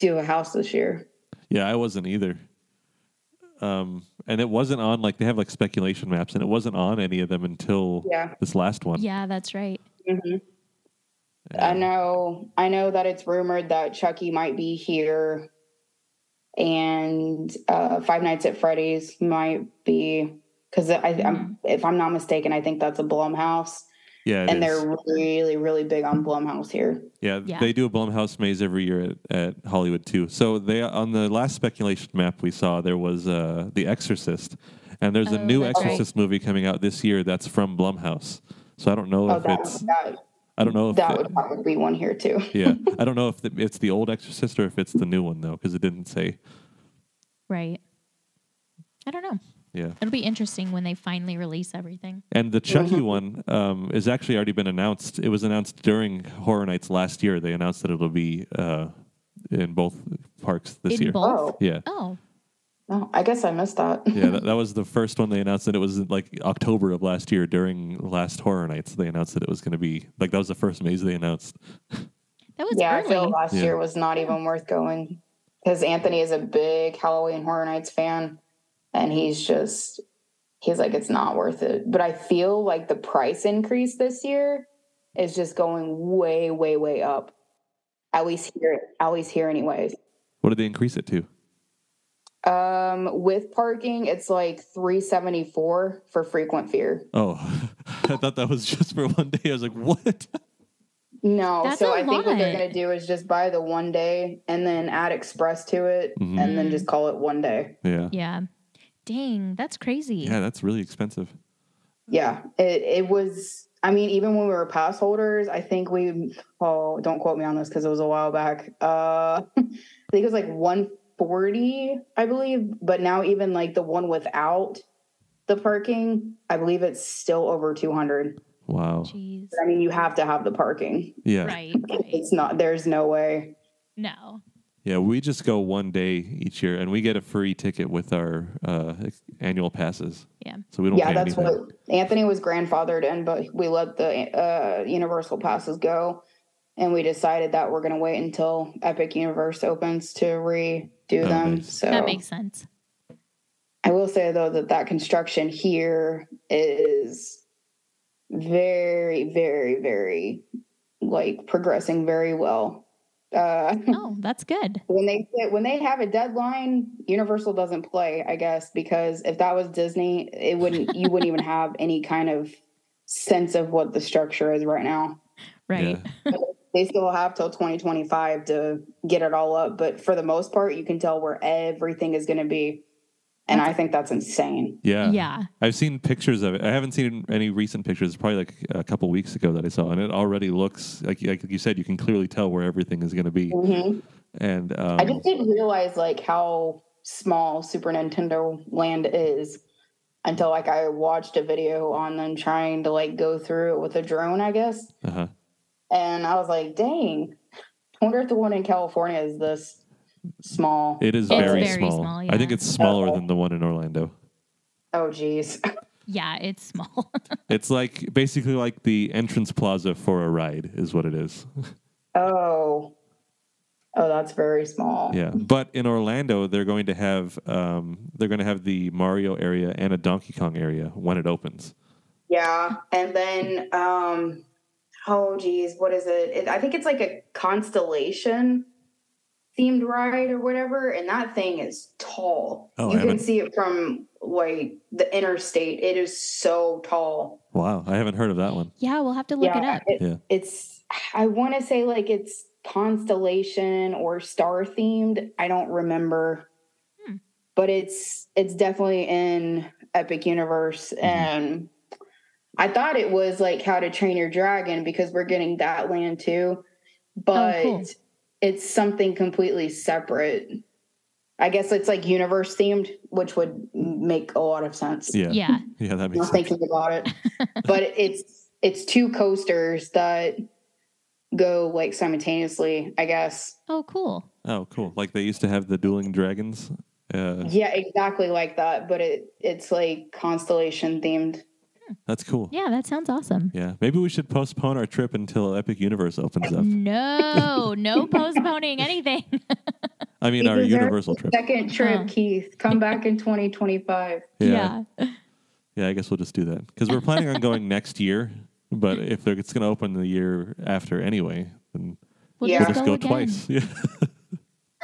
do a house this year.
yeah. I wasn't either. Um, and it wasn't on like they have like speculation maps, and it wasn't on any of them until
Yeah. Mm-hmm.
this last one.
Yeah, that's right.
I know. I know that it's rumored that Chucky might be here, and uh, Five Nights at Freddy's might be because I'm if I'm not mistaken, I think that's a Blumhouse.
Yeah, it
and
is.
they're really, really big on Blumhouse here.
Yeah,
Yeah.
they do a Blumhouse maze every year at, at Hollywood too. So they on the last speculation map we saw there was uh, The Exorcist, and there's a
Oh,
new
that's
right.
Exorcist movie coming out this year that's from Blumhouse. So I don't know
Oh,
if
that
it's
that,
I don't know if
that
it-
would probably be one here too.
yeah I don't know if the, it's the old Exorcist or if it's the new one though because it didn't say
Right. I don't know.
yeah.
It'll be interesting when they finally release everything.
And the Chucky
Mm-hmm.
one um, is actually already been announced. It was announced during Horror Nights last year. They announced that it'll be uh, in both parks this
In
year.
both?
Oh,
Yeah.
Oh,
no, I guess I missed that.
yeah, that, that was the first one they announced that it was like October of last year during last horror nights. They announced that it was going to be like that was the first maze they announced.
that was
yeah, I
early.
feel last
Yeah.
year was not even worth going because Anthony is a big Halloween Horror Nights fan, and he's just he's like it's not worth it. But I feel like the price increase this year is just going way, way, way up. At least here, at least here, anyways.
What did they increase it to?
Um, with parking, it's like three seventy four for frequent fear.
Oh, I thought that was just for one day. I was like, what?
No,
That's
so
a
I think what they're
lot.
gonna do is just buy the one day and then add express to it,
Mhm.
and then just call it one day.
Yeah,
yeah. Dang, that's crazy.
yeah, that's really expensive.
Yeah, it it was. I mean, even when we were pass holders, I think we. Oh, don't quote me on this because it was a while back. Uh, I think it was like one 40, I believe, but now even like the one without the parking, I believe it's still over 200.
Wow.
Jeez.
I mean, you have to have the parking.
Yeah.
Right. right.
It's not, there's no way.
No.
Yeah. We just go one day each year and we get a free ticket with our uh, ex- annual passes.
Yeah.
So we don't
yeah,
pay
that's
anything.
what Anthony was grandfathered in, but we let the uh, Universal passes go, and we decided that we're going to wait until Epic Universe opens to redo
Oh,
them.
nice.
So
That makes sense.
I will say though that that construction here is very, very, very like progressing very well. Uh,
Oh, that's good.
when they when they have a deadline, Universal doesn't play, I guess, because if that was Disney, it wouldn't you wouldn't even have any kind of sense of what the structure is right now.
Right.
Yeah.
They still have till 2025 to get it all up, but for the most part, you can tell where everything is going to be. And I think that's insane.
yeah.
yeah.
I've seen pictures of it. I haven't seen any recent pictures. It's probably like a couple weeks ago that I saw, and it already looks like like you said. You can clearly tell where everything is going to be,
Mhm.
and um,
I just didn't realize like how small Super Nintendo Land is until like I watched a video on them trying to like go through it with a drone, I guess.
uh-huh.
And I was like, dang, I wonder if the one in California is this small.
it is
It's
very,
very
small.
small,
I
yeah.
think it's smaller
Uh-oh.
than the one in Orlando.
oh geez.
Yeah. It's small.
It's like basically like the entrance plaza for a ride is what it is.
Oh. Oh, that's very small.
Yeah, but in Orlando they're going to have um, they're going to have the Mario area and a Donkey Kong area when it opens.
Yeah. And then um oh geez, what is it? it I think it's like a constellation themed ride or whatever, and that thing is tall.
Oh, I
you can
haven't-
see it from like the interstate. It is so tall.
Wow, I haven't heard of that one.
yeah. We'll have to look it up.
Yeah.
It's I wanna say like it's constellation or star themed. I don't remember.
Hmm.
But it's it's definitely in Epic Universe
Mm-hmm.
and I thought it was like How to Train Your Dragon because we're getting that land too. But
Oh, cool.
it's something completely separate. I guess it's like universe themed, which would make a lot of sense.
Yeah, yeah,
Yeah.
that
I'm
makes
not
sense.
thinking about it. but it's it's two coasters that go like simultaneously, I guess.
Oh, cool.
Oh, cool! Like they used to have the Dueling Dragons. Uh,
Yeah, exactly like that, but it it's like constellation themed.
That's cool.
Yeah. That sounds awesome.
Yeah, maybe we should postpone our trip until Epic Universe opens up.
Mm-hmm.
No, no postponing anything.
I mean,
You
our
deserve
Universal trip.
Second trip,
Huh.
Keith. Come back in 2025.
Yeah, yeah. I guess we'll just do that because we're planning on going next year. But if they're, it's going to open the year after anyway, then
We'll
Yeah.
we'll
just,
just
go,
go,
again.
twice. Yeah.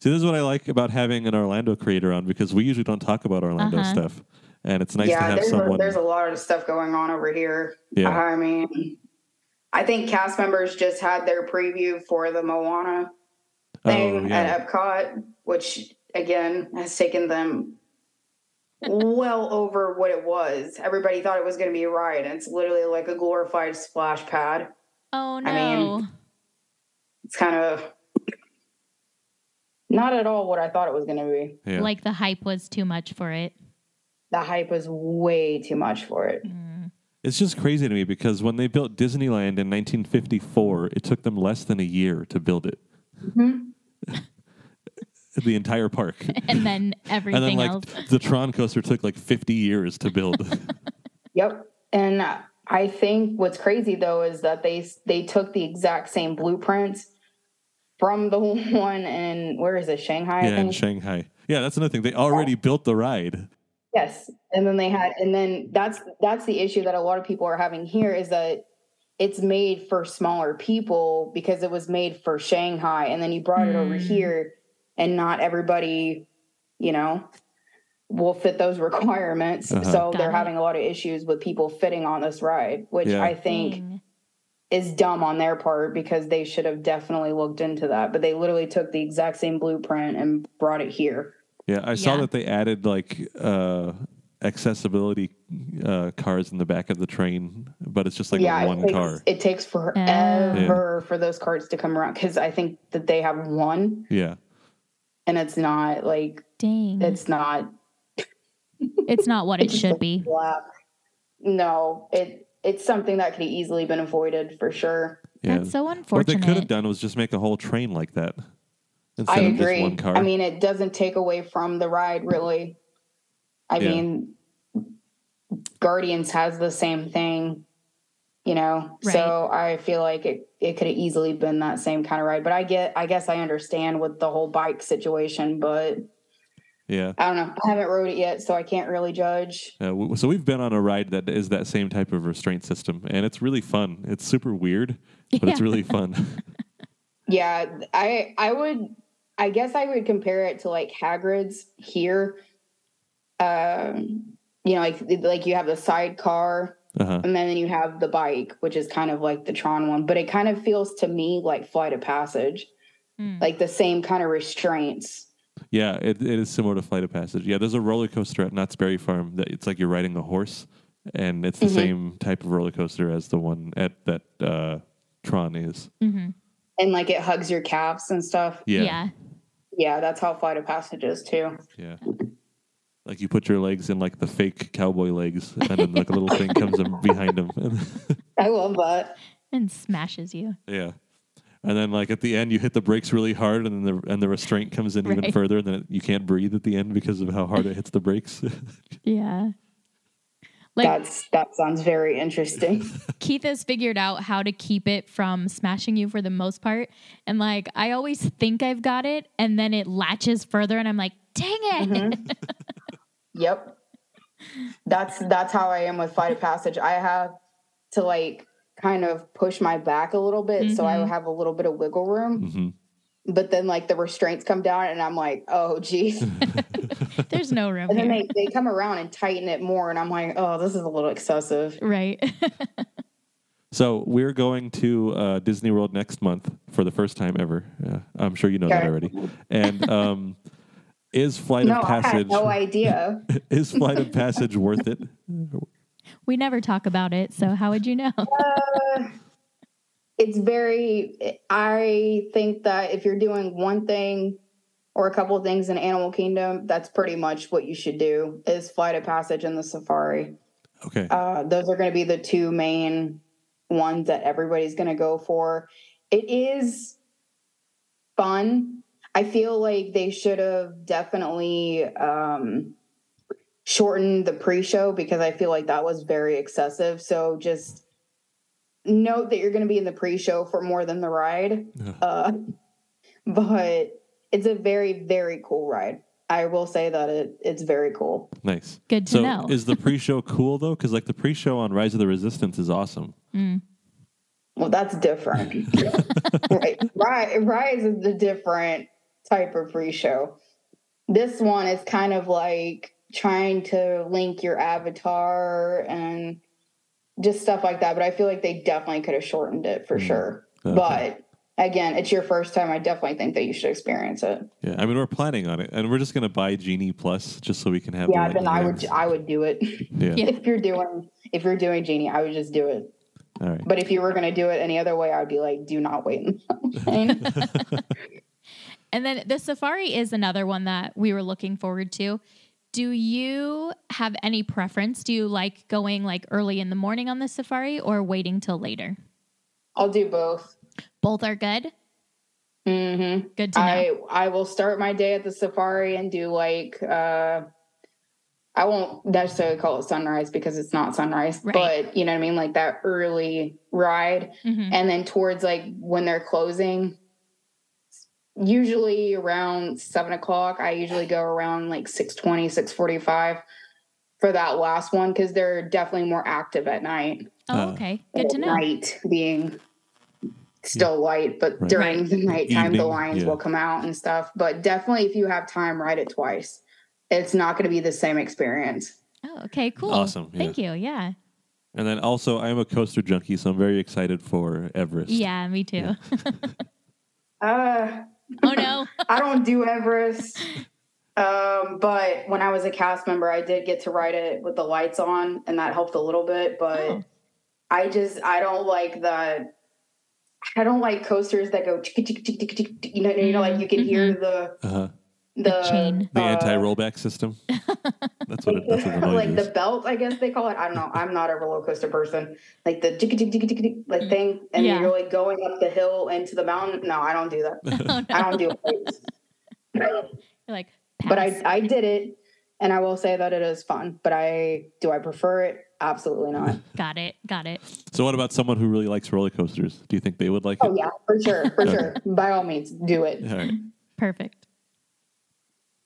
See, this is what I like about having an Orlando creator on because we usually don't talk about Orlando
Uh-huh.
stuff, and it's nice to
yeah,
have
there's a,
someone.
there's a lot of stuff going on over here.
Yeah.
I mean, I think cast members just had their preview for the Moana
oh
thing
yeah,
at Epcot, which again has taken them well over what it was. Everybody thought it was going to be a ride, and it's literally like a glorified splash pad.
Oh no.
I mean- It's kind of not at all what I thought it was going to be.
yeah.
Like the hype was too much for it.
The hype was way too much for it.
Mm.
It's just crazy to me because when they built Disneyland in 1954, it took them less than a year to build it,
Mhm.
the entire park.
And then everything
and then, like,
else.
the Tron coaster took like 50 years to build.
Yep. And uh, I think what's crazy though is that they they took the exact same blueprints from the one in where is it Shanghai? I
yeah, in
think.
Shanghai. Yeah, that's another thing. They already built the ride.
Yes, and then they had, and then that's that's the issue that a lot of people are having here is that it's made for smaller people because it was made for Shanghai, and then you brought it over
Mm.
here, and not everybody, you know, will fit those requirements.
Uh-huh.
So
Got
they're
it.
having a lot of issues with people fitting on this ride, which
Yeah.
I think
Dang.
is dumb on their part because they should have definitely looked into that. But they literally took the exact same blueprint and brought it here.
Yeah, I saw
Yeah.
that they added like uh, accessibility uh, cars in the back of the train but it's just like
yeah,
one
it takes,
car.
It takes forever for those cards to come around because I think that they have one,
yeah.
and it's not like
Dang. It's,
it's not
not what it
it's
should
just
be.
black. No, it it's something that could have easily been avoided for sure.
Yeah.
That's so unfortunate.
what they could have done was just make a whole train like that instead
I
of
agree.
just one car.
I mean, it doesn't take away from the ride, really. I
Yeah.
mean, Guardians has the same thing, you know.
Right.
So I feel like it it could have easily been that same kind of ride. But I get, I guess, I understand with the whole bike situation. But
yeah.
I don't know. I haven't rode it yet, so I can't really judge.
Uh, w- so we've been on a ride that is that same type of restraint system, and it's really fun. It's super weird, but it's
Yeah.
really fun.
Yeah, I I would I guess I would compare it to like Hagrid's here. Um, you know, like like you have the sidecar
uh-huh.
and then you have the bike, which is kind of like the Tron one, but it kind of feels to me like Flight of Passage,
Mm.
like the same kind of restraints.
Yeah, it, it is similar to Flight of Passage. Yeah, there's a roller coaster at Knott's Berry Farm that it's like you're riding a horse, and it's the
Mhm.
same type of roller coaster as the one at that uh, Tron is.
Mhm.
And like it hugs your calves and stuff.
yeah.
Yeah, yeah,
Yeah, that's how Flight of Passage is too.
Like you put your legs in like the fake cowboy legs, and then like a little thing comes in behind them.
I love that.
And smashes you.
yeah, and then like at the end you hit the brakes really hard, and then the and the restraint comes in even
Right.
further, and then it, you can't breathe at the end because of how hard it hits the brakes.
Yeah. Like
that's that sounds very interesting.
Keith has figured out how to keep it from smashing you for the most part. And like I always think I've got it and then it latches further and I'm like, dang it.
Mhm. yep. That's that's how I am with flight of passage. I have to like kind of push my back a little bit so I
Mhm.
have a little bit of wiggle room.
hmm
But then like the restraints come down and I'm like, oh geez.
There's no room
And then
here.
they, they come around and tighten it more and I'm like, oh, this is a little excessive.
right.
So we're going to uh, Disney World next month for the first time ever. Yeah, I'm sure you know that
Okay.
already. And um, is Flight
No,
of
I
Passage
had no idea.
is Flight of Passage worth it?
We never talk about it, so how would you know?
Uh, it's very I think that if you're doing one thing or a couple of things in Animal Kingdom, that's pretty much what you should do is Flight of Passage and the Safari.
Okay.
Uh, those are going to be the two main ones that everybody's going to go for. It is fun. I feel like they should have definitely um, shortened the pre show because I feel like that was very excessive. So just note that you're going to be in the pre show for more than the ride.
Yeah.
Uh, but it's a very, very cool ride. I will say that it, it's very cool.
nice.
Good to
So
know.
is the pre-show cool though? Because like the pre-show on Rise of the Resistance is awesome.
Mm.
Well, that's different. right. Ri- Rise is a different type of pre show. This one is kind of like trying to link your avatar and just stuff like that. But I feel like they definitely could have shortened it for
Mhm.
sure.
Okay.
But again, it's your first time. I definitely think that you should experience it.
Yeah, I mean we're planning on it, and we're just gonna buy Genie Plus just so we can have. the
yeah, then
lightning
I
rounds.
would I would do it.
Yeah.
Yeah.
if you're doing if you're doing Genie, I would just do it.
All right.
But if you were gonna do it any other way, I would be like, do not wait in the line.
And then the safari is another one that we were looking forward to. Do you have any preference? Do you like going like early in the morning on the safari or waiting till later?
I'll do both.
Both are good.
hmm
Good to know.
I I will start my day at the safari and do like uh I won't necessarily call it sunrise because it's not sunrise,
Right.
but you know what I mean, like that early ride
Mhm.
and then towards like when they're closing usually around seven o'clock i usually go around like 6.20 6.45 for that last one because they're definitely more active at night
Oh,
Uh,
okay. Good to
At
know.
night being still light but
Right. E-,
during the nighttime the
Evening,
lines
yeah.
will come out and stuff but definitely if you have time ride it twice it's not going to be the same experience
Oh, okay. Cool.
Awesome, yeah.
Thank you. Yeah.
And then also I'm a coaster junkie, so I'm very excited for Everest.
Yeah, me too.
Yeah.
uh
oh no.
I don't do Everest. Um, but when I was a cast member, I did get to ride it with the lights on, and that helped a little bit. But
Oh.
I just I don't like the I don't like coasters that go tick, tick, tick, tick, tick, tick, you know you know like you can hear the
Uh-huh.
Mm-hmm. The
the
chain.
The
uh,
anti rollback system. That's what it, that's what the noise
like
is.
the belt, I guess they call it. I don't know. I'm not a roller coaster person. Like the tick tick tick tick tick like thing, and
Yeah.
you're like going up the hill into the mountain. No, I don't do that.
Oh, no.
I don't do it.
You're like,
but
pass.
I I did it, and I will say that it is fun. But I do I prefer it? Absolutely not.
got it, got it.
So, what about someone who really likes roller coasters? Do you think they would like
Oh
it?
yeah, for sure, for sure. By all means, do it.
All right.
Perfect.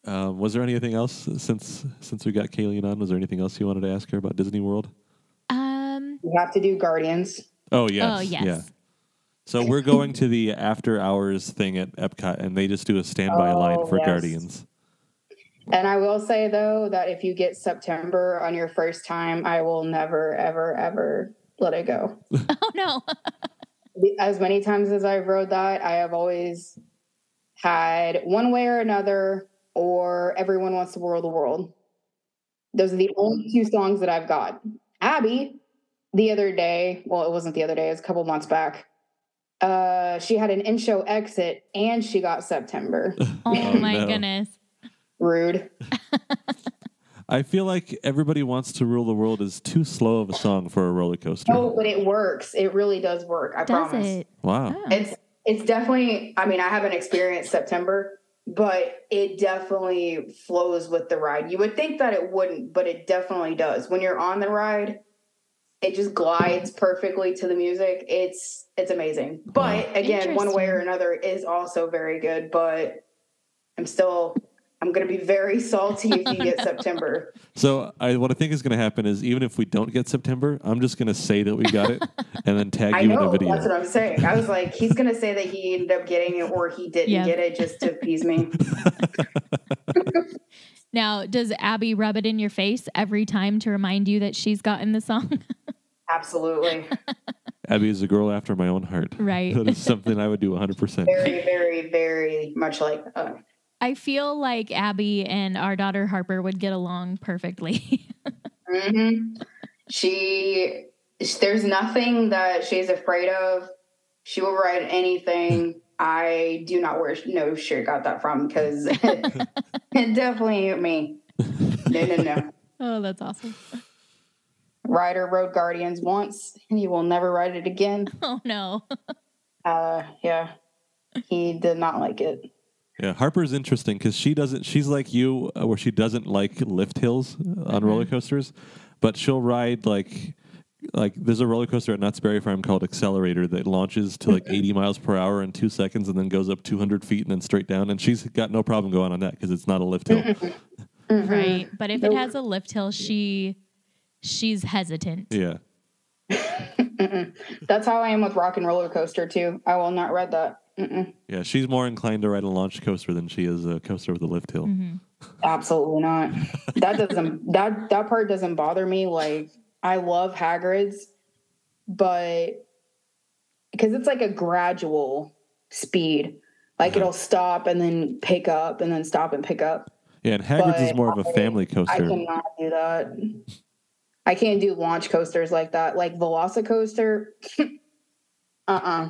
Um, was there anything else since since we got Kayleen on? Was there anything else you wanted to ask her about Disney World?
Um,
You have to do Guardians.
Oh yes,
oh yes.
yeah. So we're going to the after hours thing at Epcot, and they just do a standby
Oh,
line for
yes.
Guardians.
And I will say though that if you get September on your first time, I will never, ever, ever let it go.
Oh no.
As many times as I've rode that, I have always had one way or another, or everyone wants to whirl the world. Those are the only two songs that I've got. Abby, the other day, well, it wasn't the other day, it was a couple months back. Uh, she had an in show exit and she got September.
Oh
Oh,
my
no.
goodness.
Rude.
I feel like everybody wants to rule the world is too slow of a song for a roller coaster.
Oh, but it works. It really does work. I
Does
promise.
it?
Wow.
Oh.
It's it's definitely. I mean, I haven't experienced September, but it definitely flows with the ride. You would think that it wouldn't, but it definitely does. When you're on the ride, it just glides perfectly to the music. It's it's amazing. But again, one way or another is also very good. But I'm still. I'm gonna be very salty if you get September.
So I, what I think is going to happen is even if we don't get September, I'm just going to say that we got it and then tag
I
you in a
know
video.
that's what I'm saying. I was like, he's gonna say that he ended up getting it or he didn't
Yeah.
get it just to appease me.
Now, does Abby rub it in your face every time to remind you that she's gotten the song?
Absolutely.
Abby is a girl after my own heart.
Right.
That is something I would do 100%.
very, very, very much like uh,
I feel like Abby and our daughter Harper would get along perfectly.
mhm. she. sh- There's nothing that she's afraid of. She will ride anything. I do not wear no shirt. Got that from because it definitely hit me. No, no, no.
oh, that's awesome.
Rider rode Guardians once, and he will never ride it again.
Oh no.
Uh, yeah, he did not like it.
Yeah, Harper's interesting because she doesn't. She's like you, uh, where she doesn't like lift hills on
Mm-hmm.
roller coasters, but she'll ride like like there's a roller coaster at Knott's Berry Farm called Accelerator that launches to like 80 miles per hour in two seconds and then goes up 200 feet and then straight down. And she's got no problem going on that because it's not a lift hill.
Mhm.
Right. But if it
Nope.
has a lift hill, she she's hesitant.
yeah.
Mm-mm. That's how I am with Rock and Roller Coaster too. I will not ride that. Mm-mm.
Yeah, she's more inclined to ride a launch coaster than she is a coaster with a lift
Mm.
hill.
Mhm.
Absolutely not. That doesn't that that part doesn't bother me. Like I love Hagrid's, but because it's like a gradual speed. Like
Uh-huh.
it'll stop and then pick up and then stop and pick up.
Yeah, and Hagrid's is
But
more of a
I-
family
I
coaster.
cannot do that. I can't do launch coasters like that. Like Velocicoaster. uh uh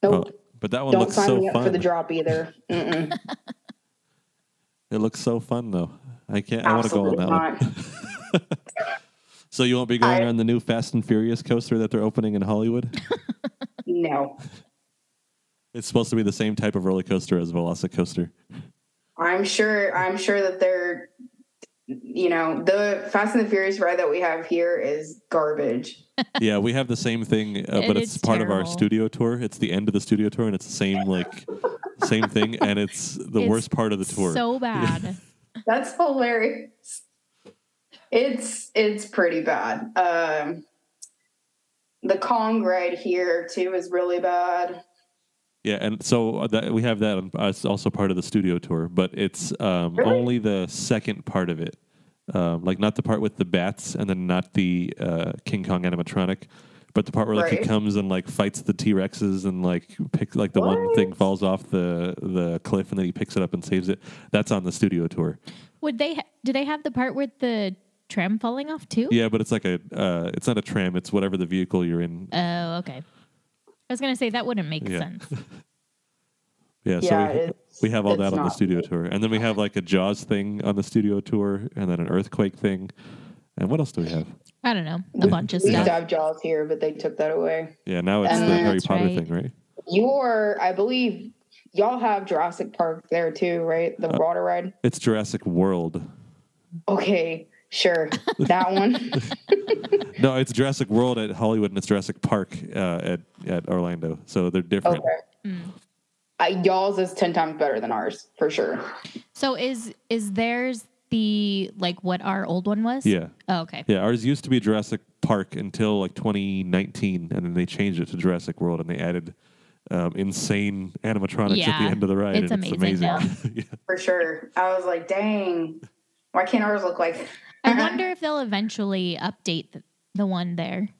Nope.
Oh, but that one
Don't
looks
sign
so
me up
fun.
for the drop either. Mm-mm.
It looks so fun though. I can't. I want to go on
Absolutely
that one.
not.
So you won't be going
I-
on the new Fast and Furious coaster that they're opening in Hollywood?
No.
it's supposed to be the same type of roller coaster as Velocicoaster.
I'm sure. I'm sure that they're, you know, the Fast and the Furious ride that we have here is garbage.
yeah, we have the same thing, uh,
And
but it's,
it's
part of our
terrible.
studio tour. It's the end of the studio tour, and it's the same like same thing, and it's the
It's
worst part of the tour.
So bad.
That's hilarious. It's it's pretty bad. Um, the Kong ride here too is really bad.
yeah, and so that, we have that. on- uh, It's also part of the studio tour, but it's um,
Really?
only the second part of it. Um, like not the part with the bats, and then not the uh, King Kong animatronic, but the part where like he
Right.
comes and like fights the T Rexes and like picks like the one
What?
thing falls off the the cliff and then he picks it up and saves it. That's on the studio tour.
Would they ha- do they have the part with the tram falling off too?
Yeah, but it's like a uh, it's not a tram. It's whatever the vehicle you're in.
Oh, okay. I was gonna say that wouldn't make
Yeah.
sense.
Yeah, so
yeah,
we,
it's-
we have all
it's
that on the
not-
studio tour, and then we have like a Jaws thing on the studio tour, and then an earthquake thing, and what else do we have?
I don't know a bunch of
We used to
stuff.
have Jaws here, but they took that away.
Yeah, now it's
Uh,
the Harry
that's
Potter
right.
thing, right?
Your, I believe, y'all have Jurassic Park there too, right?
Uh,
The water ride.
It's Jurassic World.
Okay, sure, that one.
No, it's Jurassic World at Hollywood, and it's Jurassic Park uh, at at Orlando. So they're different.
Okay.
Mm.
I, y'all's is ten times better than ours for sure.
So is is theirs the like what our old one was?
Yeah,
Oh, okay.
yeah. Ours used to be Jurassic Park until like 2019, and then they changed it to Jurassic World, and they added um, insane animatronics at
Yeah,
the end of the ride.
it's
and
amazing now.
yeah.
For sure. I was like, dang, why can't ours look like?
I wonder if they'll eventually update the, the one there.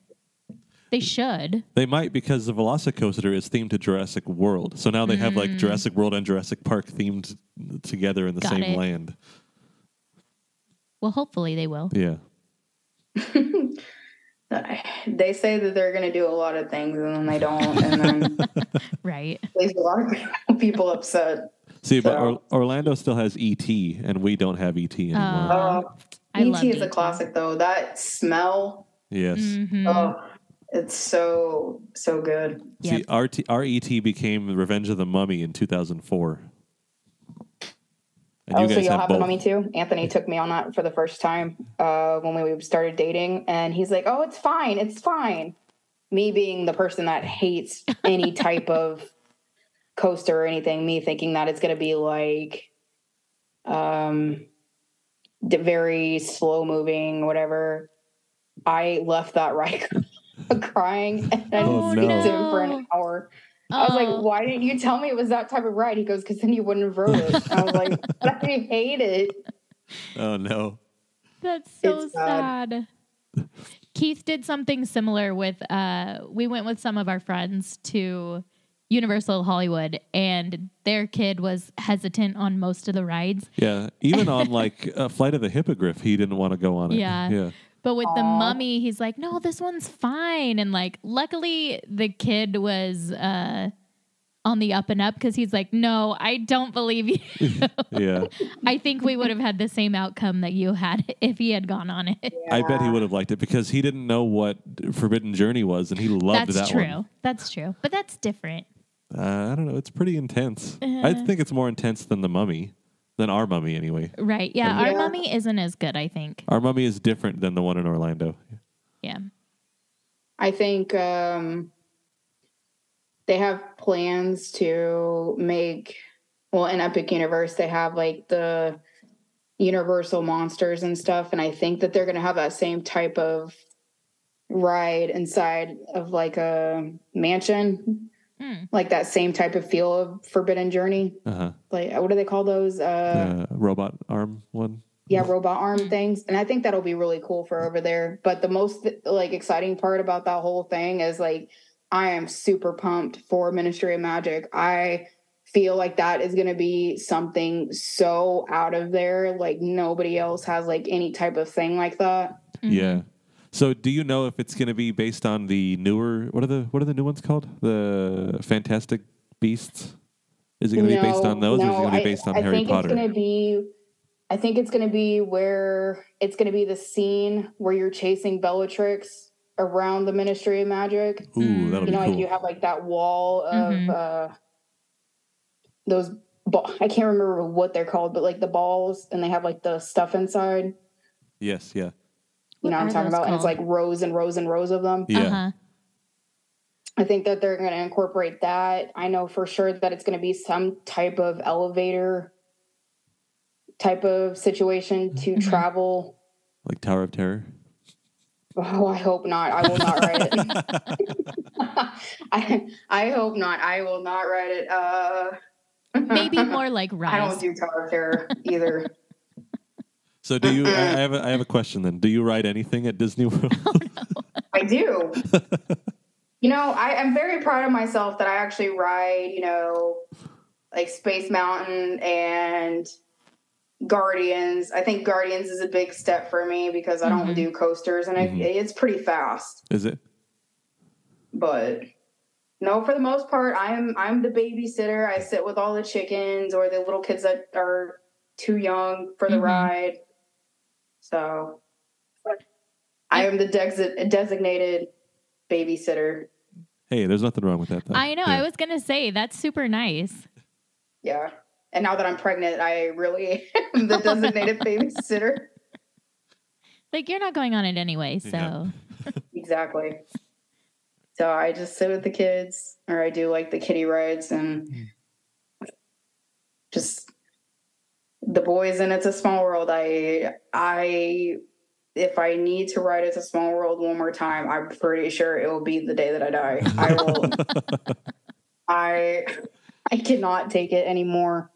They should.
They might because the Velocicoaster is themed to Jurassic World. So now they have like Jurassic World and Jurassic Park themed together in the
Hmm. Got
same
it.
land.
Well, hopefully they will.
Yeah.
They say that they're going to do a lot of things and then they don't, and then
Right.
leaves a lot of people upset.
See, but
So-
or- Orlando still has ET, and we don't have ET anymore.
Oh.
Uh,
I
ET
love E
is a
ET.
classic though. That smell,
yes.
Mhm.
oh, it's so so good.
See, our, t- our ET became Revenge of the Mummy in 2004. And
oh, so you'll
had
have the mummy too. Anthony took me on that for the first time uh, when we started dating, and he's like, "Oh, it's fine, it's fine." Me being the person that hates any type of coaster or anything, me thinking that it's going to be like, um, d- very slow moving, whatever. I left that ride crying, and I
Oh,
didn't
no.
speak to him for an hour. I was
Oh.
like, why didn't you tell me it was that type of ride? He goes, because then you wouldn't have rode it. I was like, but I hate it.
Oh, no.
That's so
It's bad.
sad. Keith did something similar with uh we went with some of our friends to Universal Hollywood and their kid was hesitant on most of the rides.
Yeah. Even on like uh, Flight of the Hippogriff, he didn't want to go on it.
Yeah.
Yeah.
But with the
Aw.
mummy, he's like, "No, this one's fine." And like luckily the kid was uh on the up and up cuz he's like, "No, I don't believe you.
Yeah.
I think we would have had the same outcome that you had if he had gone on it."
I bet he would have liked it because he didn't know what Forbidden Journey was, and he loved
That's
that
true.
one.
That's true. But that's different.
Uh, I don't know. It's pretty intense. I
Uh.
think it's more intense than the Mummy, than our Mummy anyway.
Right. Yeah,
Yeah.
Our mummy isn't as good, I think.
Our Mummy is different than the one in Orlando.
Yeah.
I think um, they have plans to make, well, in Epic Universe, they have like the universal monsters and stuff. And I think that they're going to have that same type of ride inside of like a mansion,
Hmm.
like that same type of feel of Forbidden Journey.
Uh-huh.
Like, what do they call those? Uh,
Uh, robot arm one.
yeah robot arm things and i think that'll be really cool for over there but the most like exciting part about that whole thing is like i am super pumped for ministry of magic i feel like that is going to be something so out of there like nobody else has like any type of thing like that
Mhm.
Yeah. So, do you know if it's going to be based on the newer? What are the What are the new ones called? The Fantastic Beasts. Is it going to be based
No,
on those, or is it going to
I-
be based on
I
Harry
think
Potter?
It's gonna be, I think it's going to be where it's going to be the scene where you're chasing Bellatrix around the Ministry of Magic.
Ooh, that'll
mm, you
be
know,
cool.
like you have like that wall of
Mhm.
uh, those. Ba- I can't remember what they're called, but like the balls, and they have like the stuff inside. You
yes.
Uh-huh.
Yeah.
What
know
are
what I'm talking
those
about? And it's
called?
like rows and rows and rows of them.
Yeah.
Uh-huh.
I think that they're going to incorporate that. I know for sure that it's going to be some type of elevator type of situation
Mm-hmm.
to
Mhm.
travel.
Like Tower of Terror.
Oh, I hope not. I will not write it. I, I hope not. I will not write it. Uh,
Maybe more like
I don't
rise.
do Tower of Terror either.
So, do you? I, I have a, I have a question then. Do you ride anything at Disney World?
I do. you know, I, I'm very proud of myself that I actually ride, you know, like Space Mountain and Guardians. I think Guardians is a big step for me because I don't
Mhm.
do coasters and
Mhm.
I, it's pretty fast.
Is it?
But no, for the most part, I'm I'm the babysitter. I sit with all the chickens or the little kids that are too young for the
Mhm.
ride. So I am the dex- designated babysitter.
Hey, there's nothing wrong with that. Though.
I know.
Uh, Yeah.
I was gonna say that's super nice.
Yeah. And now that I'm pregnant, I really am the designated babysitter.
Like you're not going on it anyway, so
Yeah.
Exactly. So I just sit with the kids, or I do like the kitty rides and just the boys. And it's a small world. I I if I need to ride it's a small world one more time, I'm pretty sure it will be the day that I die. I will. I I cannot take it anymore.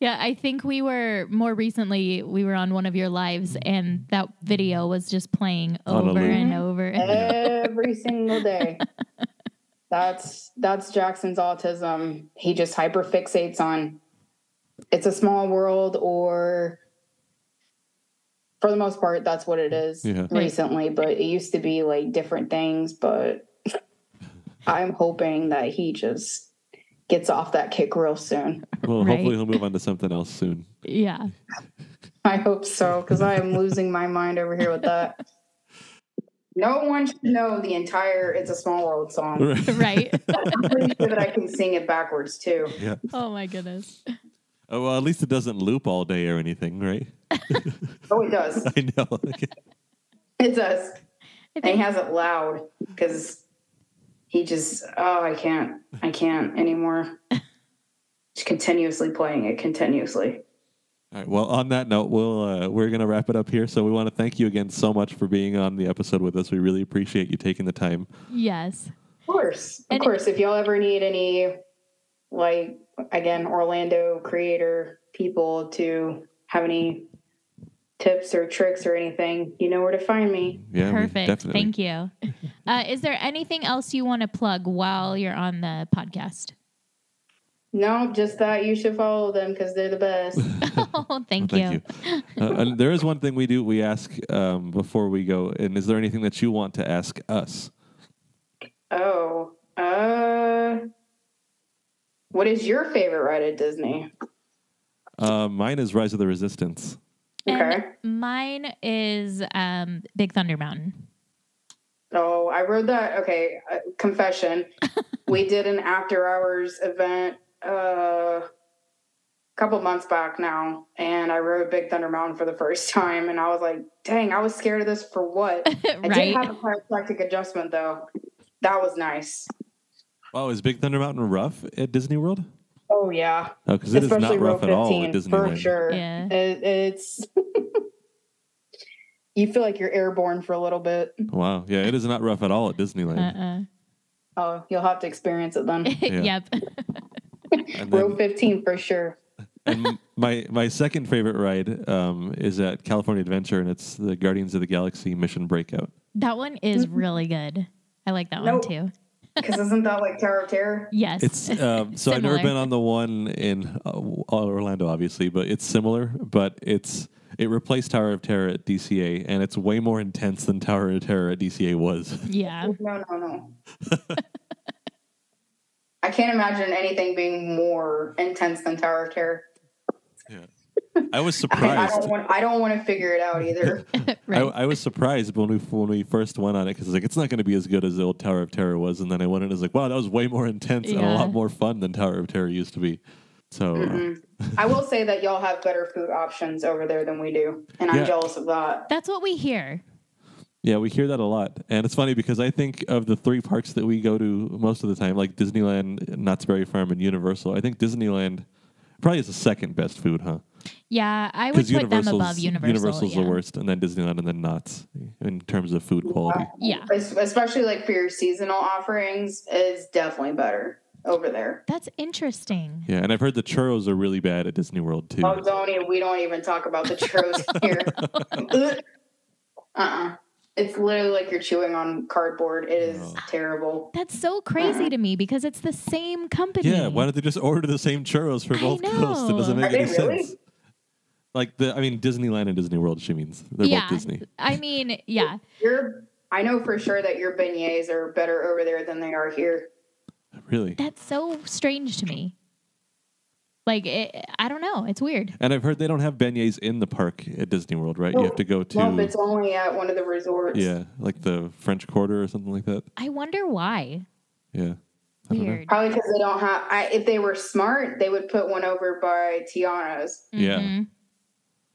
Yeah, I think we were more recently we were on one of your lives and that video was just playing
On a
over
loop.
Mm-hmm.
and over.
every single day. That's that's Jackson's autism. He just hyperfixates on it's a small world or for the most part that's what it is
Yeah.
Right.
recently, but it used to be like different things, but I'm hoping that he just gets off that kick real soon.
well,
Right.
hopefully he'll move on to something else soon.
Yeah.
I hope so, because I am losing my mind over here with that. No one should know the entire It's a Small World song.
Right.
I'm pretty sure that I can sing it backwards too.
yeah.
oh my goodness.
Oh, well, at least it doesn't loop all day or anything, right?
Oh, it does.
I know. Okay.
It does.
I
And he
think
has it loud because he just, oh, I can't. I can't anymore. Just continuously playing it continuously.
All right. Well, on that note, we'll uh, we're gonna wrap it up here. So we want to thank you again so much for being on the episode with us. We really appreciate you taking the time.
yes.
Of course. Of
And-
course. If y'all ever need any, like, again, Orlando creator people to have any tips or tricks or anything, you know where to find me.
Yeah, we
Perfect.
definitely.
Thank you. Uh, is there anything else you want to plug while you're on the podcast?
No, just that you should follow them because they're the best.
oh, thank,
Well,
you.
you. Uh, and there is one thing we do we ask um, before we go, and is there anything that you want to ask us?
Oh, uh, what is your favorite ride at Disney?
Uh, mine is Rise of the Resistance.
Okay.
And mine is um, Big Thunder Mountain.
Oh, I rode that. Okay, uh, confession. we did an after hours event uh, a couple months back now, and I rode Big Thunder Mountain for the first time, and I was like, dang, I was scared of this for what? I did
right.
have a chiropractic adjustment though. That was nice.
Oh, is Big Thunder Mountain rough at Disney World?
Oh yeah,
Oh, because it is
especially
not
row
rough at
15
all at Disneyland.
for sure.
Yeah.
It, it's you feel like you're airborne for a little bit.
Wow. Yeah, it is not rough at all at Disneyland.
Uh-uh.
Oh, you'll have to experience it then.
yep.
And then-
Row 15 for sure.
and my my second favorite ride um, is at California Adventure, and it's the Guardians of the Galaxy Mission Breakout.
That one is
Mhm.
really good. I like that
Nope.
one too.
Because isn't that like Tower of Terror?
Yes.
It's um, so I've never
Similar.
been on the one in uh, Orlando, obviously, but it's similar. But it's it replaced Tower of Terror at DCA, and it's way more intense than Tower of Terror at DCA was.
yeah.
No, no, no. I can't imagine anything being more intense than Tower of Terror.
I was
I, I
surprised.
don't want. I don't want to figure it out either.
I,
right.
I was surprised when we when we first went on it because like it's not going to be as good as the old Tower of Terror was, and then I went and it was like, wow, that was way more intense and a
Yeah.
lot more fun than Tower of Terror used to be. So uh,
Mm-mm. I will say that y'all have better food options over there than we do, and I'm
Yeah.
jealous of that.
That's what we hear.
yeah, we hear that a lot, and it's funny because I think of the three parks that we go to most of the time, like Disneyland, Knott's Berry Farm, and Universal. I think Disneyland probably is the second best food, huh?
Yeah, I would put them above Universal.
Universal's
yeah.
the worst, and then Disneyland, and then Knott's in terms of food quality.
Yeah.
Es- Especially like for your seasonal offerings, is definitely better over there.
That's interesting.
Yeah, and I've heard the churros are really bad at Disney World too.
Oh, don't even, we don't even talk about the churros here. Ugh. uh-uh. It's literally like you're chewing on cardboard. It is
Oh.
terrible.
That's so crazy to me because it's the same company.
Yeah, why don't they just order the same churros for
I
both coasts? It
know.
doesn't make
Are they
any
really?
sense. Like the, I mean, Disneyland and Disney World. She means they're
yeah.
both Disney.
I mean, yeah.
Your, I know for sure that your beignets are better over there than they are here.
Really.
That's so strange to me. Like, it, I don't know. It's weird.
And I've heard they don't have beignets in the park at Disney World, right? you have to go to
Well, it's only at one of the resorts.
yeah, like the French Quarter or something like that.
I wonder why.
Yeah. I don't know.
Weird.
Probably because they don't have. I, if they were smart, they would put one over by Tiana's,
Yeah.
Mhm.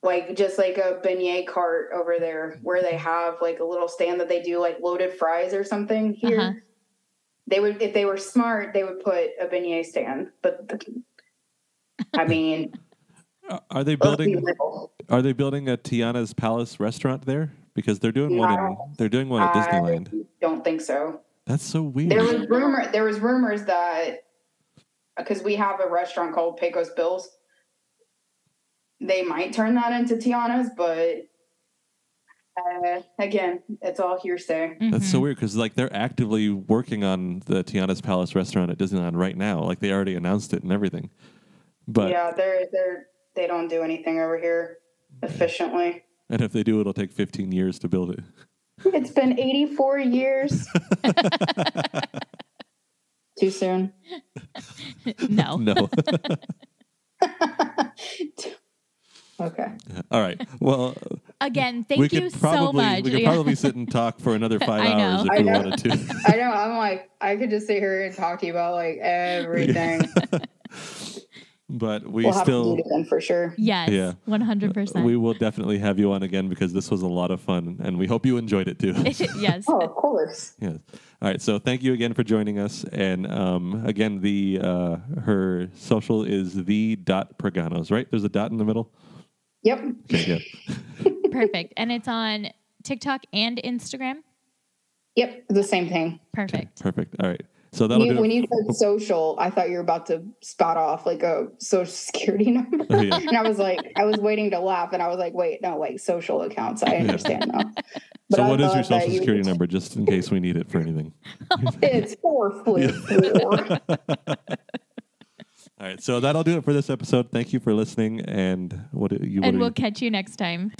like just like a beignet cart over there, where they have like a little stand that they do like loaded fries or something. Here,
Uh-huh.
they would if they were smart, they would put a beignet stand. But the- I mean,
Are- Uh, Are they
let's be
building?
real.
Are they building a Tiana's Palace restaurant there? Because they're doing one. In, they're doing one at
I-
Disneyland.
don't think so.
That's so
There
weird.
was rumor. There was rumors that because we have a restaurant called Pecos Bills, they might turn that into Tiana's, but uh, again, it's all hearsay.
That's so
Mhm.
weird because like they're actively working on the Tiana's Palace restaurant at Disneyland right now. Like they already announced it and everything. But
yeah, they're they're they don't do anything over here efficiently.
and if they do, it'll take 15 years to build it.
It's been eighty four years. Too soon.
No.
No.
Okay.
All right. Well,
Again,
we
thank you
could probably
so much.
we could
Yeah.
probably sit and talk for another five
I know.
hours if
I
we
know.
wanted to.
I know. I'm like, I could just sit here and talk to you about like everything.
but we
we'll have to
still
meet again for sure.
Yes.
Yeah.
One hundred
we
percent.
will definitely have you on again because this was a lot of fun and we hope you enjoyed it too.
Yes.
Oh, of course.
Yes. All right. So thank you again for joining us. And um, again, the uh, her social is the dot Perganos, right? There's a dot in the middle.
Yep.
Okay. Yeah.
Perfect. And it's on TikTok and Instagram.
Yep. The same thing.
Okay,
Perfect.
Perfect. All right. So that'll
You,
do.
when
It.
you said social, I thought you were about to spout off like a social security number.
Oh, yeah.
And I was like, I was waiting to laugh, and I was like, wait, no, like social accounts. I understand now. But
So
I
what is your
love that
social
you-
security number, just in case we need it for anything?
It's four flu four.
All right. So that'll do it for this episode. Thank you for listening. And what do you? What
And
do
we'll
you-
catch you next time.